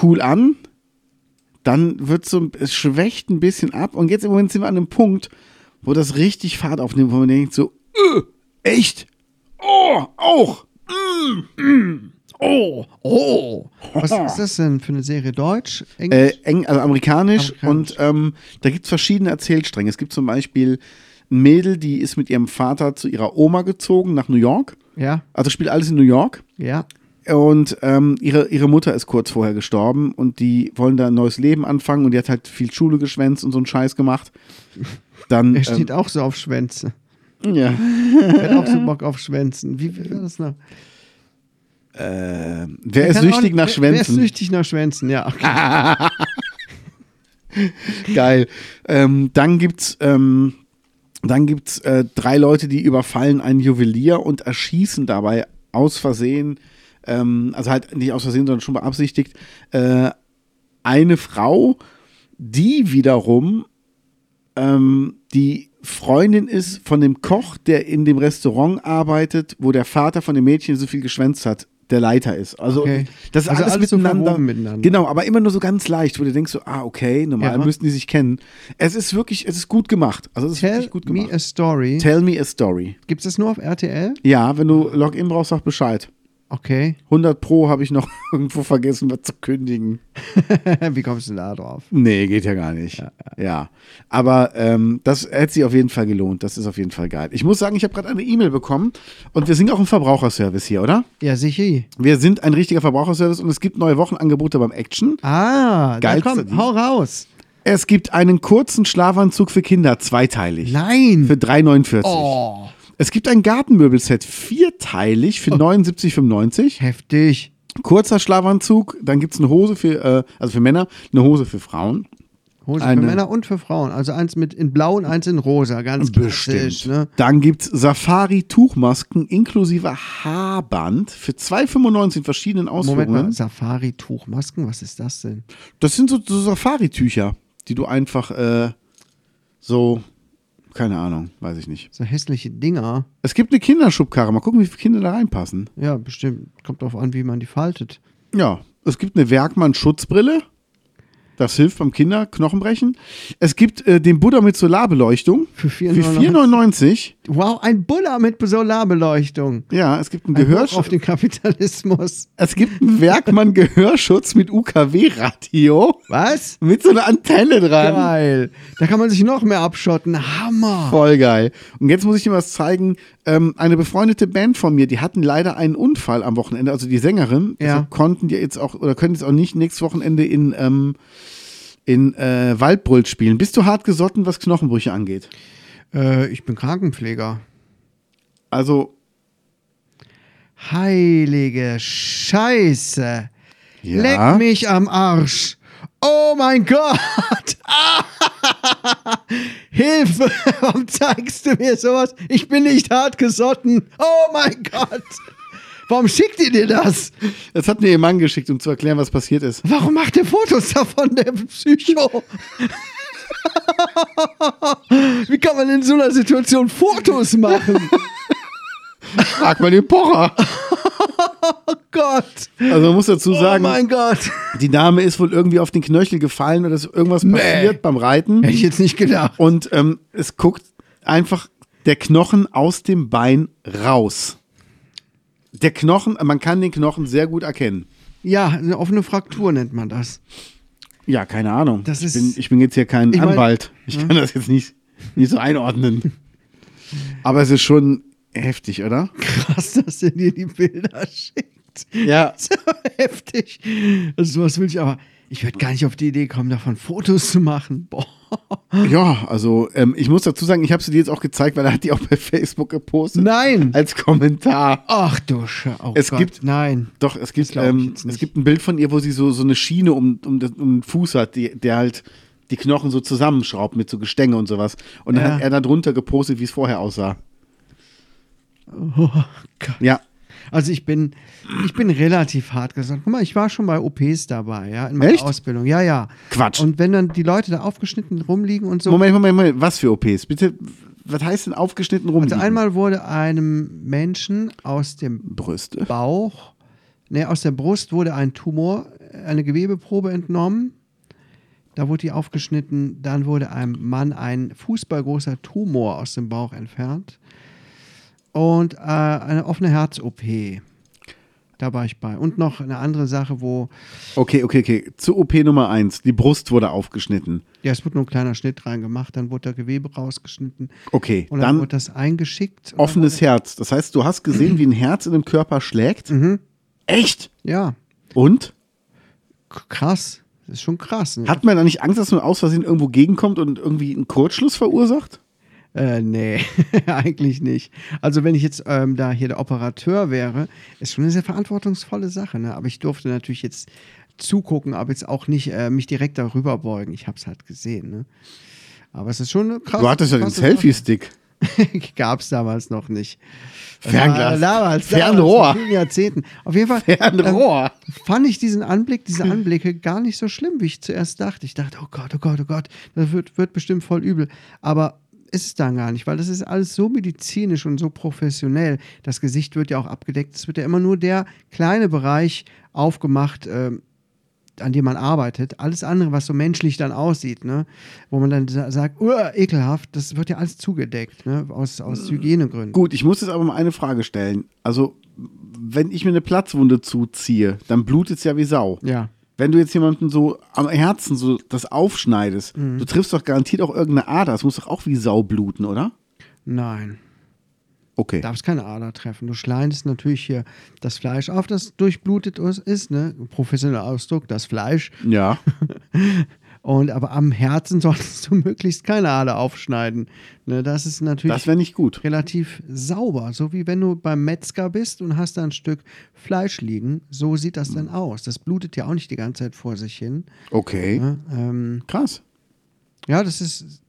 [SPEAKER 3] cool an, dann wird so, ein- es schwächt ein bisschen ab und jetzt im Moment sind wir an einem Punkt, wo das richtig Fahrt aufnimmt, wo man denkt so, äh, echt? Oh, auch.
[SPEAKER 2] oh. Was ist das denn für eine Serie? Deutsch?
[SPEAKER 3] Äh,
[SPEAKER 2] Englisch?
[SPEAKER 3] eng, also amerikanisch.
[SPEAKER 2] Amerikanisch.
[SPEAKER 3] Und ähm, da gibt es verschiedene Erzählstränge. Es gibt zum Beispiel ein Mädel, die ist mit ihrem Vater zu ihrer Oma gezogen nach New York.
[SPEAKER 2] ja,
[SPEAKER 3] Also spielt alles in New York.
[SPEAKER 2] ja.
[SPEAKER 3] Und ähm, ihre, ihre Mutter ist kurz vorher gestorben und die wollen da ein neues Leben anfangen und die hat halt viel Schule geschwänzt und so einen Scheiß gemacht. Dann
[SPEAKER 2] Er steht
[SPEAKER 3] ähm,
[SPEAKER 2] auch so auf Schwänze.
[SPEAKER 3] ja.
[SPEAKER 2] Er hat auch so Bock auf Schwänzen. Wie, wie war das noch?
[SPEAKER 3] Ähm, wer ist
[SPEAKER 2] Äh, Kann auch
[SPEAKER 3] süchtig
[SPEAKER 2] nicht-
[SPEAKER 3] nach
[SPEAKER 2] wer- Wer ist
[SPEAKER 3] Schwänzen?
[SPEAKER 2] süchtig nach Schwänzen? Ja, okay.
[SPEAKER 3] Geil. Ähm, dann gibt's ähm, dann gibt's äh, drei Leute, die überfallen einen Juwelier und erschießen dabei aus Versehen, ähm, also halt nicht aus Versehen, sondern schon beabsichtigt, äh, eine Frau, die wiederum ähm, die Freundin ist von dem Koch, der in dem Restaurant arbeitet, wo der Vater von dem Mädchen so viel geschwänzt hat, der Leiter ist. Also
[SPEAKER 2] Okay.
[SPEAKER 3] das ist
[SPEAKER 2] Also
[SPEAKER 3] alles,
[SPEAKER 2] alles so
[SPEAKER 3] miteinander,
[SPEAKER 2] verwoben miteinander.
[SPEAKER 3] Genau, aber immer nur so ganz leicht, wo du denkst so, ah, okay, normal
[SPEAKER 2] Ja.
[SPEAKER 3] müssten die sich kennen. Es ist wirklich, es ist gut gemacht. Also es ist
[SPEAKER 2] Tell
[SPEAKER 3] wirklich gut
[SPEAKER 2] me
[SPEAKER 3] gemacht.
[SPEAKER 2] a story.
[SPEAKER 3] Tell me a story.
[SPEAKER 2] Gibt es das nur auf RTL?
[SPEAKER 3] Ja, wenn du Login brauchst, sag Bescheid.
[SPEAKER 2] Okay.
[SPEAKER 3] 100 Pro habe ich noch irgendwo vergessen, was zu kündigen.
[SPEAKER 2] Wie kommst du denn da drauf?
[SPEAKER 3] Nee, geht ja gar nicht. Ja, aber ähm, das hätte sich auf jeden Fall gelohnt. Das ist auf jeden Fall geil. Ich muss sagen, ich habe gerade eine E-Mail bekommen und wir sind auch im Verbraucherservice hier, oder?
[SPEAKER 2] Ja, sicher.
[SPEAKER 3] Wir sind ein richtiger Verbraucherservice und es gibt neue Wochenangebote beim Action.
[SPEAKER 2] Ah, da
[SPEAKER 3] Geilste
[SPEAKER 2] komm,
[SPEAKER 3] Lied.
[SPEAKER 2] hau raus.
[SPEAKER 3] Es gibt einen kurzen Schlafanzug für Kinder, zweiteilig.
[SPEAKER 2] Nein.
[SPEAKER 3] Für 3,49.
[SPEAKER 2] Hm. Oh,
[SPEAKER 3] Es gibt ein Gartenmöbelset, vierteilig für 79,95.
[SPEAKER 2] heftig.
[SPEAKER 3] Kurzer Schlafanzug, dann gibt es eine Hose für, äh, also für Männer, eine Hose für Frauen.
[SPEAKER 2] Hose
[SPEAKER 3] Eine-
[SPEAKER 2] für Männer und für Frauen. Also eins mit in blau und eins in rosa. Ganz klassisch. Ne?
[SPEAKER 3] Dann gibt es Safari-Tuchmasken inklusive Haarband für 2,95 in verschiedenen
[SPEAKER 2] Moment mal,
[SPEAKER 3] Ausführungen.
[SPEAKER 2] Safari-Tuchmasken, was ist das denn?
[SPEAKER 3] Das sind so, so Safari-Tücher, die du einfach äh, so, keine Ahnung, weiß ich nicht.
[SPEAKER 2] So hässliche Dinger.
[SPEAKER 3] Es gibt eine Kinderschubkarre, mal gucken, wie viele Kinder da reinpassen.
[SPEAKER 2] Ja, bestimmt. Kommt drauf an, wie man die faltet.
[SPEAKER 3] Ja, es gibt eine Werkmann-Schutzbrille. Das hilft beim Kinderknochenbrechen. Es gibt äh, den Buddha mit Solarbeleuchtung
[SPEAKER 2] Für
[SPEAKER 3] für 4,99.
[SPEAKER 2] 4,99. Wow, ein Buller mit Solarbeleuchtung.
[SPEAKER 3] Ja, es gibt einen
[SPEAKER 2] Ein Hoch auf
[SPEAKER 3] Gehörschutz.
[SPEAKER 2] den Kapitalismus.
[SPEAKER 3] Es gibt einen Werkmann-Gehörschutz mit UKW-Radio
[SPEAKER 2] Was?
[SPEAKER 3] mit so einer Antenne dran.
[SPEAKER 2] Geil. Da kann man sich noch mehr abschotten. Hammer.
[SPEAKER 3] Ah. Voll geil. Und jetzt muss ich dir was zeigen. Ähm, eine befreundete Band von mir, die hatten leider einen Unfall am Wochenende, also die Sängerin.
[SPEAKER 2] Ja.
[SPEAKER 3] Deshalb konnten die jetzt auch oder können jetzt auch nicht nächstes Wochenende in, ähm, in äh, Waldbrüll spielen. Bist du hart gesotten, was Knochenbrüche angeht?
[SPEAKER 2] Äh, ich bin Krankenpfleger.
[SPEAKER 3] Also,
[SPEAKER 2] Heilige Scheiße.
[SPEAKER 3] Ja?
[SPEAKER 2] Leck mich am Arsch. Oh mein Gott. Hilfe. Warum zeigst du mir sowas? Ich bin nicht hart gesotten. Oh mein Gott. Warum schickt ihr dir das?
[SPEAKER 3] das hat mir ihr Mann geschickt, um zu erklären, was passiert ist.
[SPEAKER 2] Warum macht ihr Fotos davon, der Psycho? Wie kann man in so einer Situation Fotos machen?
[SPEAKER 3] Frag mal den Pocher.
[SPEAKER 2] Gott.
[SPEAKER 3] Also, man muss dazu
[SPEAKER 2] Oh
[SPEAKER 3] sagen,
[SPEAKER 2] mein Gott.
[SPEAKER 3] die Dame ist wohl irgendwie auf den Knöchel gefallen oder ist irgendwas passiert beim Reiten.
[SPEAKER 2] Hätte ich jetzt nicht gedacht.
[SPEAKER 3] Und ähm, es guckt einfach der Knochen aus dem Bein raus. Der Knochen, man kann den Knochen sehr gut erkennen.
[SPEAKER 2] Ja, eine offene Fraktur nennt man das.
[SPEAKER 3] Ja, keine Ahnung.
[SPEAKER 2] Das
[SPEAKER 3] ich,
[SPEAKER 2] ist-
[SPEAKER 3] bin, ich bin jetzt hier kein
[SPEAKER 2] Ich mein- Hm?
[SPEAKER 3] Anwalt. Ich kann das jetzt nicht, nicht so einordnen. Aber es ist schon heftig, oder?
[SPEAKER 2] Krass, dass er dir die Bilder schickt.
[SPEAKER 3] Ja.
[SPEAKER 2] So heftig. Also sowas will ich aber. Ich würde gar nicht auf die Idee kommen, davon Fotos zu machen. Boah.
[SPEAKER 3] Ja, also ähm, ich muss dazu sagen, ich habe sie dir jetzt auch gezeigt, weil er hat die auch bei Facebook gepostet.
[SPEAKER 2] Nein.
[SPEAKER 3] Als Kommentar.
[SPEAKER 2] Ach du Sche. Oh
[SPEAKER 3] Es
[SPEAKER 2] Gott.
[SPEAKER 3] gibt-
[SPEAKER 2] Nein.
[SPEAKER 3] Doch, es
[SPEAKER 2] Das
[SPEAKER 3] gibt,
[SPEAKER 2] glaub ich
[SPEAKER 3] ähm,
[SPEAKER 2] jetzt
[SPEAKER 3] es
[SPEAKER 2] nicht.
[SPEAKER 3] gibt ein Bild von ihr, wo sie so, so eine Schiene um, um, das- um den Fuß hat, die, der halt die Knochen so zusammenschraubt mit so Gestänge und sowas. Und dann
[SPEAKER 2] Ja.
[SPEAKER 3] hat er da drunter gepostet, wie es vorher aussah.
[SPEAKER 2] Oh Gott.
[SPEAKER 3] Ja.
[SPEAKER 2] Also ich bin, ich bin relativ hart gesagt. Guck mal, ich war schon bei OPs dabei, ja, in meiner
[SPEAKER 3] Echt?
[SPEAKER 2] Ausbildung. Ja, ja.
[SPEAKER 3] Quatsch.
[SPEAKER 2] Und wenn dann die Leute da aufgeschnitten rumliegen und so.
[SPEAKER 3] Moment, Moment, Moment, was für OPs? Bitte, was heißt denn aufgeschnitten rum?
[SPEAKER 2] Also einmal wurde einem Menschen aus dem
[SPEAKER 3] Brüste.
[SPEAKER 2] Bauch, ne, aus der Brust wurde ein Tumor, eine Gewebeprobe entnommen. Da wurde die aufgeschnitten. Dann wurde einem Mann ein fußballgroßer Tumor aus dem Bauch entfernt. Und äh, eine offene Herz-OP. Da war ich bei. Und noch eine andere Sache, wo,
[SPEAKER 3] Okay, okay, okay. Zu OP Nummer 1. Die Brust wurde aufgeschnitten.
[SPEAKER 2] ja, es wurde nur ein kleiner Schnitt reingemacht, dann wurde da Gewebe rausgeschnitten.
[SPEAKER 3] Okay,
[SPEAKER 2] Und dann,
[SPEAKER 3] dann
[SPEAKER 2] wurde das eingeschickt. Und
[SPEAKER 3] offenes Herz. Das heißt, du hast gesehen, wie ein Herz in dem Körper schlägt?
[SPEAKER 2] Mhm.
[SPEAKER 3] Echt?
[SPEAKER 2] dann- Ja,
[SPEAKER 3] Und?
[SPEAKER 2] k- krass. Das ist schon krass. Ne?
[SPEAKER 3] Hat man da nicht Angst, dass man aus Versehen irgendwo gegenkommt und irgendwie einen Kurzschluss verursacht?
[SPEAKER 2] Äh, nee, eigentlich nicht. Also wenn ich jetzt ähm, da hier der Operateur wäre, ist schon eine sehr verantwortungsvolle Sache. Ne? Aber ich durfte natürlich jetzt zugucken, aber jetzt auch nicht äh, mich direkt darüber beugen. Ich habe es halt gesehen. Ne? Aber es ist schon eine krasse.
[SPEAKER 3] Du hattest ja den
[SPEAKER 2] krasse
[SPEAKER 3] Selfie-Stick.
[SPEAKER 2] Sache. Gab's damals noch nicht. Damals,
[SPEAKER 3] Fernglas.
[SPEAKER 2] damals,
[SPEAKER 3] Fernrohr.
[SPEAKER 2] Vor vielen Jahrzehnten. Auf jeden Fall.
[SPEAKER 3] Fernrohr.
[SPEAKER 2] Ähm, fand ich diesen Anblick, diese Anblicke gar nicht so schlimm, wie ich zuerst dachte. Ich dachte, oh Gott, oh Gott, oh Gott, das wird, wird bestimmt voll übel. Aber ist es dann gar nicht, weil das ist alles so medizinisch und so professionell. Das Gesicht wird ja auch abgedeckt. Es wird ja immer nur der kleine Bereich aufgemacht, ähm, an dem man arbeitet. Alles andere, was so menschlich dann aussieht, ne? wo man dann sa- sagt, uah, ekelhaft, das wird ja alles zugedeckt, ne? aus, aus Hygienegründen.
[SPEAKER 3] Gut, ich muss jetzt aber mal eine Frage stellen. Also, wenn ich mir eine Platzwunde zuziehe, dann blutet es ja wie Sau.
[SPEAKER 2] Ja.
[SPEAKER 3] Wenn du jetzt jemanden so am Herzen so das aufschneidest, du triffst doch garantiert auch irgendeine Ader. Das muss doch auch wie Sau bluten, oder?
[SPEAKER 2] Nein.
[SPEAKER 3] Okay.
[SPEAKER 2] darfst keine Ader treffen. Du schneidest natürlich hier das Fleisch auf, das durchblutet us- ist, ne? Professioneller Ausdruck, das Fleisch.
[SPEAKER 3] Ja.
[SPEAKER 2] Und aber am Herzen solltest du möglichst keine Ader aufschneiden. Ne? Das ist natürlich
[SPEAKER 3] Das wäre nicht gut.
[SPEAKER 2] relativ sauber. So wie wenn du beim Metzger bist und hast da ein Stück Fleisch liegen. So sieht das dann aus. Das blutet ja auch nicht die ganze Zeit vor sich hin.
[SPEAKER 3] Okay.
[SPEAKER 2] Ne? Ähm,
[SPEAKER 3] Krass.
[SPEAKER 2] ja, das ist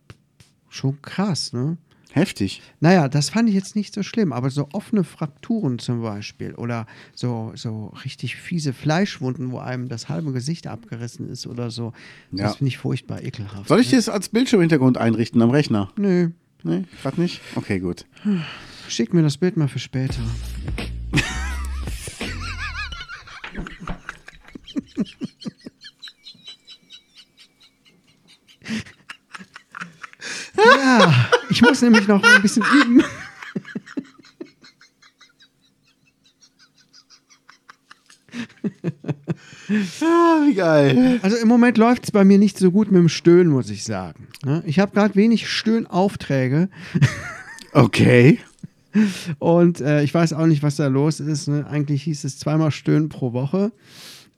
[SPEAKER 2] schon krass, ne?
[SPEAKER 3] Heftig.
[SPEAKER 2] Naja, das fand ich jetzt nicht so schlimm, aber so offene Frakturen zum Beispiel oder so, so richtig fiese Fleischwunden, wo einem das halbe Gesicht abgerissen ist oder so,
[SPEAKER 3] Ja.
[SPEAKER 2] das finde ich furchtbar ekelhaft. ne?
[SPEAKER 3] Soll ich das als Bildschirmhintergrund einrichten am Rechner?
[SPEAKER 2] Nö,
[SPEAKER 3] Nee, gerade nicht? Okay, gut.
[SPEAKER 2] schick mir das Bild mal für später. ja, ich muss nämlich noch ein bisschen üben.
[SPEAKER 3] Ah, wie geil.
[SPEAKER 2] Also im Moment läuft es bei mir nicht so gut mit dem Stöhnen, muss ich sagen. Ne? Ich habe gerade wenig Stöhnaufträge
[SPEAKER 3] Okay.
[SPEAKER 2] und äh, ich weiß auch nicht, was da los ist. Ne? Eigentlich hieß es zweimal Stöhnen pro Woche,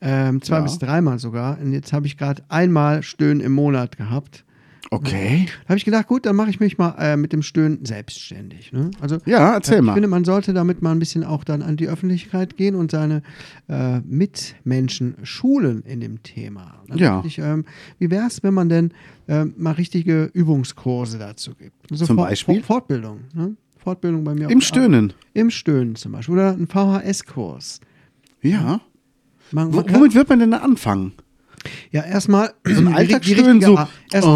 [SPEAKER 2] ähm, zwei
[SPEAKER 3] Ja.
[SPEAKER 2] bis dreimal sogar. Und jetzt habe ich gerade einmal Stöhnen im Monat gehabt.
[SPEAKER 3] Okay.
[SPEAKER 2] Da habe ich gedacht, gut, dann mache ich mich mal äh, mit dem Stöhnen selbstständig. Ne? Also
[SPEAKER 3] Ja, erzähl
[SPEAKER 2] Ich
[SPEAKER 3] mal.
[SPEAKER 2] finde, man sollte damit mal ein bisschen auch dann an die Öffentlichkeit gehen und seine äh, Mitmenschen schulen in dem Thema. Dann
[SPEAKER 3] Ja.
[SPEAKER 2] finde Ich, ähm, wie wäre es, wenn man denn ähm, mal richtige Übungskurse dazu gibt? So
[SPEAKER 3] Zum
[SPEAKER 2] Fort-
[SPEAKER 3] Beispiel?
[SPEAKER 2] Fort- Fortbildung. Ne? Fortbildung bei mir. auf
[SPEAKER 3] Im
[SPEAKER 2] der
[SPEAKER 3] Stöhnen.
[SPEAKER 2] Arbeit. Im Stöhnen zum Beispiel. Oder ein VHS-Kurs.
[SPEAKER 3] Ja.
[SPEAKER 2] Man,
[SPEAKER 3] W
[SPEAKER 2] man kann,
[SPEAKER 3] womit wird man denn da anfangen?
[SPEAKER 2] ja, erstmal. die
[SPEAKER 3] ein
[SPEAKER 2] ri- die
[SPEAKER 3] Alltagsstöhnen,
[SPEAKER 2] richtige
[SPEAKER 3] so, Oh.
[SPEAKER 2] Ar- Erst,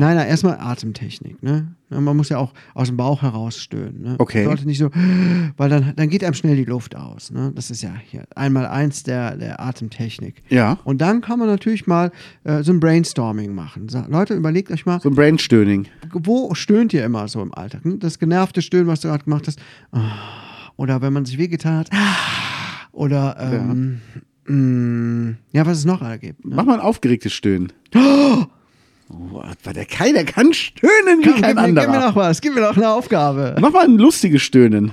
[SPEAKER 2] Nein, nein, erstmal Atemtechnik. Ne? Na, Man muss ja auch aus dem Bauch heraus stöhnen. Ne?
[SPEAKER 3] Okay.
[SPEAKER 2] Man sollte nicht so, weil dann, dann geht einem schnell die Luft aus. Ne? Das ist ja hier einmal eins der, der Atemtechnik.
[SPEAKER 3] Ja.
[SPEAKER 2] Und dann kann man natürlich mal äh, so ein Brainstorming machen. Sa- Leute, überlegt euch mal,
[SPEAKER 3] So ein Brainstöhning.
[SPEAKER 2] wo stöhnt ihr immer so im Alltag? Ne? Das genervte Stöhnen, was du gerade gemacht hast. Ah. Oder wenn man sich wehgetan hat. Ah. Oder, ähm, ja. ja, was es noch alle gibt. Ne?
[SPEAKER 3] Mach mal ein aufgeregtes Stöhnen. Oh, aber der Kai, der kann stöhnen wie kein
[SPEAKER 2] gib, mir, gib mir
[SPEAKER 3] anderer.
[SPEAKER 2] noch was, gib mir noch eine Aufgabe.
[SPEAKER 3] Mach mal ein lustiges Stöhnen.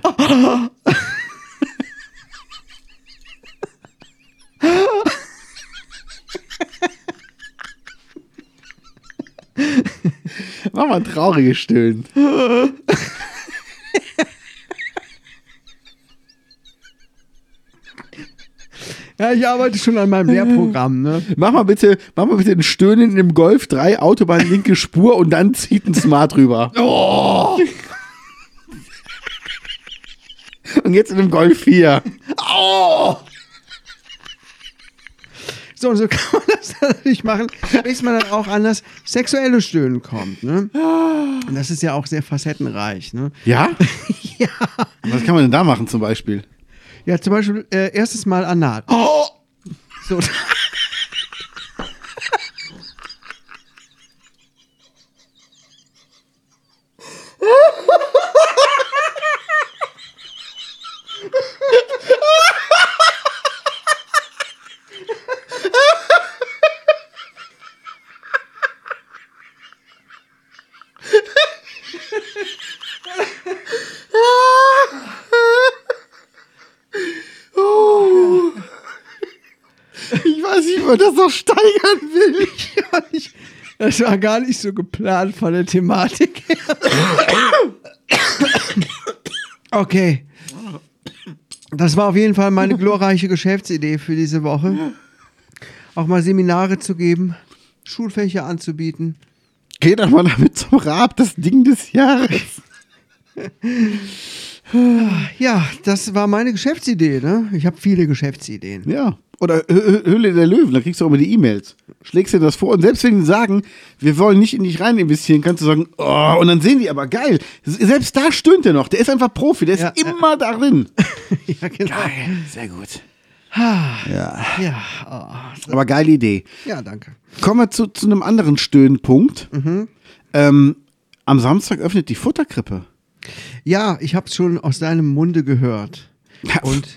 [SPEAKER 3] Mach mal ein trauriges Stöhnen.
[SPEAKER 2] Ja, ich arbeite schon an meinem Lehrprogramm, ne?
[SPEAKER 3] Mach mal bitte, mach mal bitte ein Stöhnen im Golf 3, Autobahn linke Spur und dann zieht ein Smart rüber. Oh. Und jetzt in einem Golf 4.
[SPEAKER 2] So, und so kann man das natürlich machen, bis man dann auch an das sexuelle Stöhnen kommt, ne? Und das ist ja auch sehr facettenreich, ne?
[SPEAKER 3] Ja? ja. Was kann man denn da machen zum Beispiel?
[SPEAKER 2] Ja, zum Beispiel äh, erstes Mal anal. Oh! So.
[SPEAKER 3] Ich weiß nicht, ob man das noch steigern will.
[SPEAKER 2] Ja, ich, das war gar nicht so geplant von der Thematik her. Okay. Das war auf jeden Fall meine glorreiche Geschäftsidee für diese Woche. Auch mal Seminare zu geben, Schulfächer anzubieten.
[SPEAKER 3] Geh doch mal damit zum Rab, das Ding des Jahres.
[SPEAKER 2] Ja, das war meine Geschäftsidee, ne? Ich habe viele Geschäftsideen.
[SPEAKER 3] Ja. Oder Hö- Hö- Höhle der Löwen, da kriegst du auch immer die E-Mails. Schlägst dir das vor und selbst wenn die sagen, wir wollen nicht in dich rein investieren, kannst du sagen, oh, und dann sehen die aber geil. S- Selbst da stöhnt er noch. Der ist einfach Profi, der ist
[SPEAKER 2] Ja, ja.
[SPEAKER 3] immer darin.
[SPEAKER 2] Ja, genau.
[SPEAKER 3] sehr gut.
[SPEAKER 2] Ja, oh.
[SPEAKER 3] Aber geile Idee.
[SPEAKER 2] ja danke.
[SPEAKER 3] Kommen wir zu, zu einem anderen Stöhnpunkt. Ähm, am Samstag öffnet die Futterkrippe.
[SPEAKER 2] Ja, ich habe es schon aus deinem Munde gehört.
[SPEAKER 3] Ja.
[SPEAKER 2] Und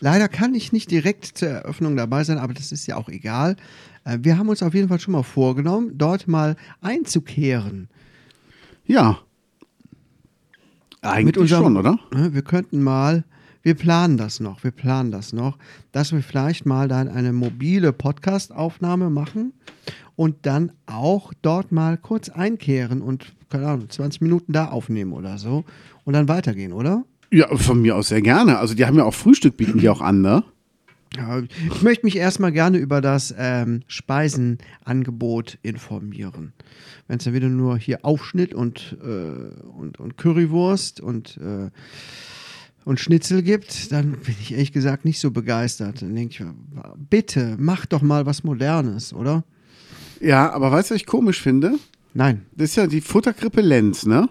[SPEAKER 2] leider kann ich nicht direkt zur Eröffnung dabei sein, aber das ist ja auch egal. Äh, Wir haben uns auf jeden Fall schon mal vorgenommen, dort mal einzukehren.
[SPEAKER 3] Ja. Eigentlich schon, oder?
[SPEAKER 2] Ne, Wir könnten mal, wir planen das noch, wir planen das noch, dass wir vielleicht mal dann eine mobile Podcast-Aufnahme machen und dann auch dort mal kurz einkehren und, keine Ahnung, 20 Minuten da aufnehmen oder so und dann weitergehen, oder?
[SPEAKER 3] Ja, von mir aus sehr gerne. Also die haben ja auch Frühstück, bieten die auch an, ne?
[SPEAKER 2] Ja, ich möchte mich erstmal gerne über das ähm, Speisenangebot informieren. Wenn es dann wieder nur hier Aufschnitt und, äh, und, und Currywurst und, äh, und Schnitzel gibt, dann bin ich ehrlich gesagt nicht so begeistert. Dann denke ich, mir, bitte, mach doch mal was Modernes, oder?
[SPEAKER 3] Ja, aber weißt du, was ich komisch finde?
[SPEAKER 2] Nein.
[SPEAKER 3] Das ist ja die Futterkrippe Lenz, ne?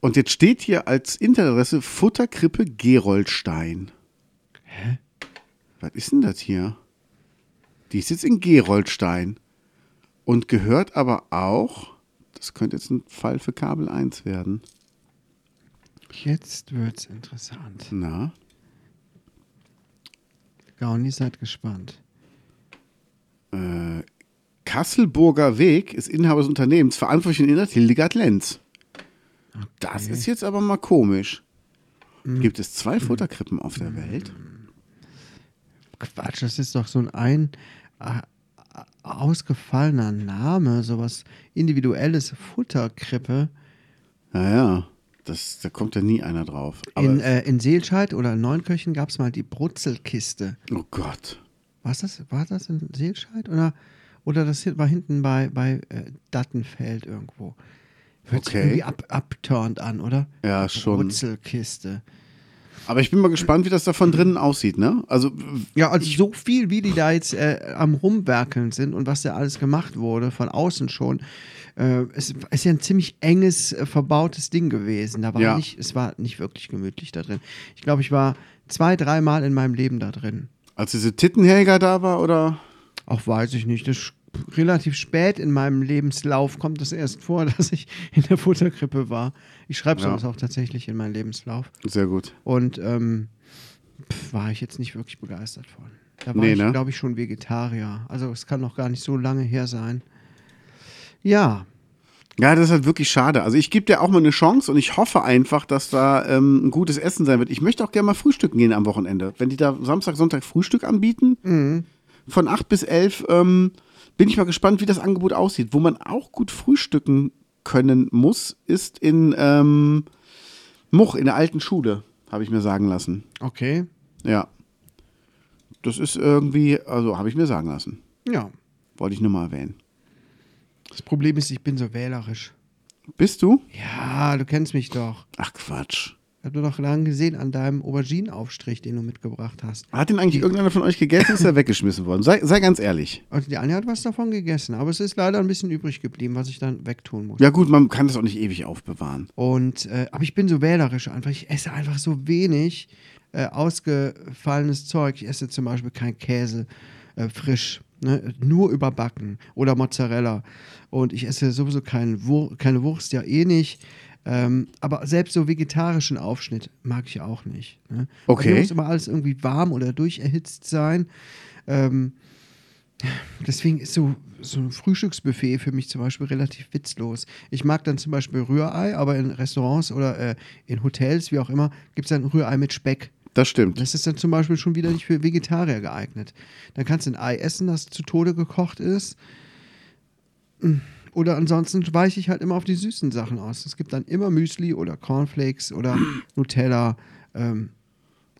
[SPEAKER 3] Und jetzt steht hier als Internetadresse Futterkrippe Geroldstein. Hä? Was ist denn das hier? Die ist jetzt in Geroldstein und gehört aber auch, das könnte jetzt ein Fall für Kabel 1 werden.
[SPEAKER 2] Jetzt wird's interessant.
[SPEAKER 3] Na?
[SPEAKER 2] Gauni, seid gespannt.
[SPEAKER 3] Kasselburger Weg ist Inhaber des Unternehmens, verantwortlich in Inhalt Hildegard Lenz. Das ist jetzt aber mal komisch. Gibt es zwei Futterkrippen auf der Welt?
[SPEAKER 2] Quatsch, das ist doch so ein, ein äh, ausgefallener Name, sowas individuelles Futterkrippe
[SPEAKER 3] Naja, das, da kommt ja nie einer drauf. Aber,
[SPEAKER 2] in, äh, in Seelscheid oder in Neunkirchen gab es mal die Brutzelkiste.
[SPEAKER 3] oh Gott.
[SPEAKER 2] Was das? War das in Seelscheid oder oder das hin- war hinten bei bei äh, Dattenfeld irgendwo? Hört sich
[SPEAKER 3] Okay.
[SPEAKER 2] irgendwie ab, abturnt an, oder?
[SPEAKER 3] Ja, schon.
[SPEAKER 2] Brutzelkiste.
[SPEAKER 3] Aber ich bin mal gespannt, wie das da von drinnen aussieht, ne? Also,
[SPEAKER 2] Ja, also so viel, wie die da jetzt äh, am Rumwerkeln sind und was da alles gemacht wurde, von außen schon. Äh, es ist ja ein ziemlich enges, äh, verbautes Ding gewesen. Da war
[SPEAKER 3] Ja.
[SPEAKER 2] nicht, es war nicht wirklich gemütlich da drin. Ich glaube, ich war zwei, dreimal in meinem Leben da drin.
[SPEAKER 3] als diese Tittenhelga da war, oder?
[SPEAKER 2] Auch weiß ich nicht. Das ist relativ spät in meinem Lebenslauf kommt das erst vor, dass ich in der Futterkrippe war. Ich schreibe
[SPEAKER 3] Ja.
[SPEAKER 2] sowas auch tatsächlich in meinen Lebenslauf.
[SPEAKER 3] Sehr gut.
[SPEAKER 2] Und ähm, pf, war ich jetzt nicht wirklich begeistert von. Da war
[SPEAKER 3] Nee,
[SPEAKER 2] ich,
[SPEAKER 3] ne?
[SPEAKER 2] glaube ich, schon Vegetarier. Also es kann noch gar nicht so lange her sein. Ja,
[SPEAKER 3] Ja, das ist halt wirklich schade. Also ich gebe dir auch mal eine Chance und ich hoffe einfach, dass da ähm, ein gutes Essen sein wird. Ich möchte auch gerne mal frühstücken gehen am Wochenende. Wenn die da Samstag, Sonntag Frühstück anbieten, von 8 bis 11, ähm, bin ich mal gespannt, wie das Angebot aussieht. Wo man auch gut frühstücken können muss, ist in ähm, Much, in der alten Schule, habe ich mir sagen lassen.
[SPEAKER 2] okay.
[SPEAKER 3] Ja. Das ist irgendwie, also habe ich mir sagen lassen.
[SPEAKER 2] Ja.
[SPEAKER 3] Wollte ich nur mal erwähnen.
[SPEAKER 2] Das Problem ist, ich bin so wählerisch.
[SPEAKER 3] Bist du?
[SPEAKER 2] Ja, du kennst mich doch.
[SPEAKER 3] Ach Quatsch.
[SPEAKER 2] Ich habe doch lange gesehen an deinem Auberginenaufstrich, den du mitgebracht hast.
[SPEAKER 3] Hat den eigentlich irgendeiner von euch gegessen? Ist er weggeschmissen worden? Sei, sei ganz ehrlich.
[SPEAKER 2] Also die Anja hat was davon gegessen, aber es ist leider ein bisschen übrig geblieben, was ich dann wegtun muss.
[SPEAKER 3] Ja gut, man kann das auch nicht ewig aufbewahren.
[SPEAKER 2] Und äh, aber ich bin so wählerisch einfach. Ich esse einfach so wenig äh, ausgefallenes Zeug. Ich esse zum Beispiel keinen Käse äh, frisch, ne? nur überbacken oder Mozzarella. Und ich esse sowieso keinen Wur keine Wurst, ja eh nicht. Ähm, aber selbst so vegetarischen Aufschnitt mag ich auch nicht. Ne? Bei
[SPEAKER 3] Okay.
[SPEAKER 2] mir muss immer alles irgendwie warm oder durcherhitzt sein. Ähm, Deswegen ist so, so ein Frühstücksbuffet für mich zum Beispiel relativ witzlos. Ich mag dann zum Beispiel Rührei, aber in Restaurants oder äh, in Hotels, wie auch immer, gibt es dann Rührei mit Speck.
[SPEAKER 3] Das stimmt.
[SPEAKER 2] Das ist dann zum Beispiel schon wieder nicht für Vegetarier geeignet. Dann kannst du ein Ei essen, das zu Tode gekocht ist. Oder ansonsten weiche ich halt immer auf die süßen Sachen aus. Es gibt dann immer Müsli oder Cornflakes oder Nutella ähm,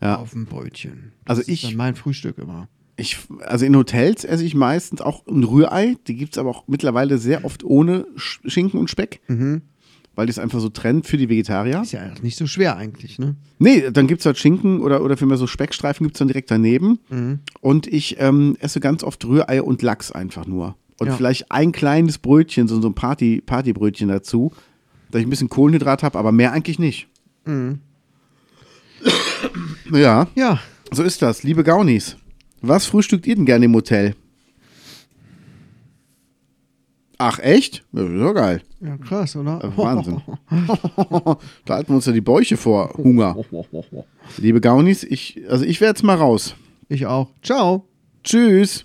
[SPEAKER 3] Ja.
[SPEAKER 2] auf dem Brötchen.
[SPEAKER 3] Also
[SPEAKER 2] ist
[SPEAKER 3] ich-
[SPEAKER 2] dann mein Frühstück immer.
[SPEAKER 3] Ich, also in Hotels esse ich meistens auch ein Rührei. Die gibt es aber auch mittlerweile sehr oft ohne Sch- Schinken und Speck. Weil die es einfach so trennt für die Vegetarier.
[SPEAKER 2] Ist ja auch nicht so schwer eigentlich, ne?
[SPEAKER 3] Nee, dann gibt es halt Schinken oder, oder vielmehr so Speckstreifen gibt es dann direkt daneben. Und ich ähm, esse ganz oft Rührei und Lachs einfach nur. Und
[SPEAKER 2] Ja.
[SPEAKER 3] vielleicht ein kleines Brötchen, so, so ein Party, Partybrötchen dazu, dass ich ein bisschen Kohlenhydrat habe, aber mehr eigentlich nicht. Ja,
[SPEAKER 2] Ja,
[SPEAKER 3] so ist das. Liebe Gaunis, was frühstückt ihr denn gerne im Hotel? Ach, echt? Ja, ist doch geil.
[SPEAKER 2] Ja, krass, oder?
[SPEAKER 3] Also Wahnsinn. da halten wir uns ja die Bäuche vor Hunger. Liebe Gaunis, ich, also ich werde jetzt mal raus.
[SPEAKER 2] Ich auch. Ciao.
[SPEAKER 3] Tschüss.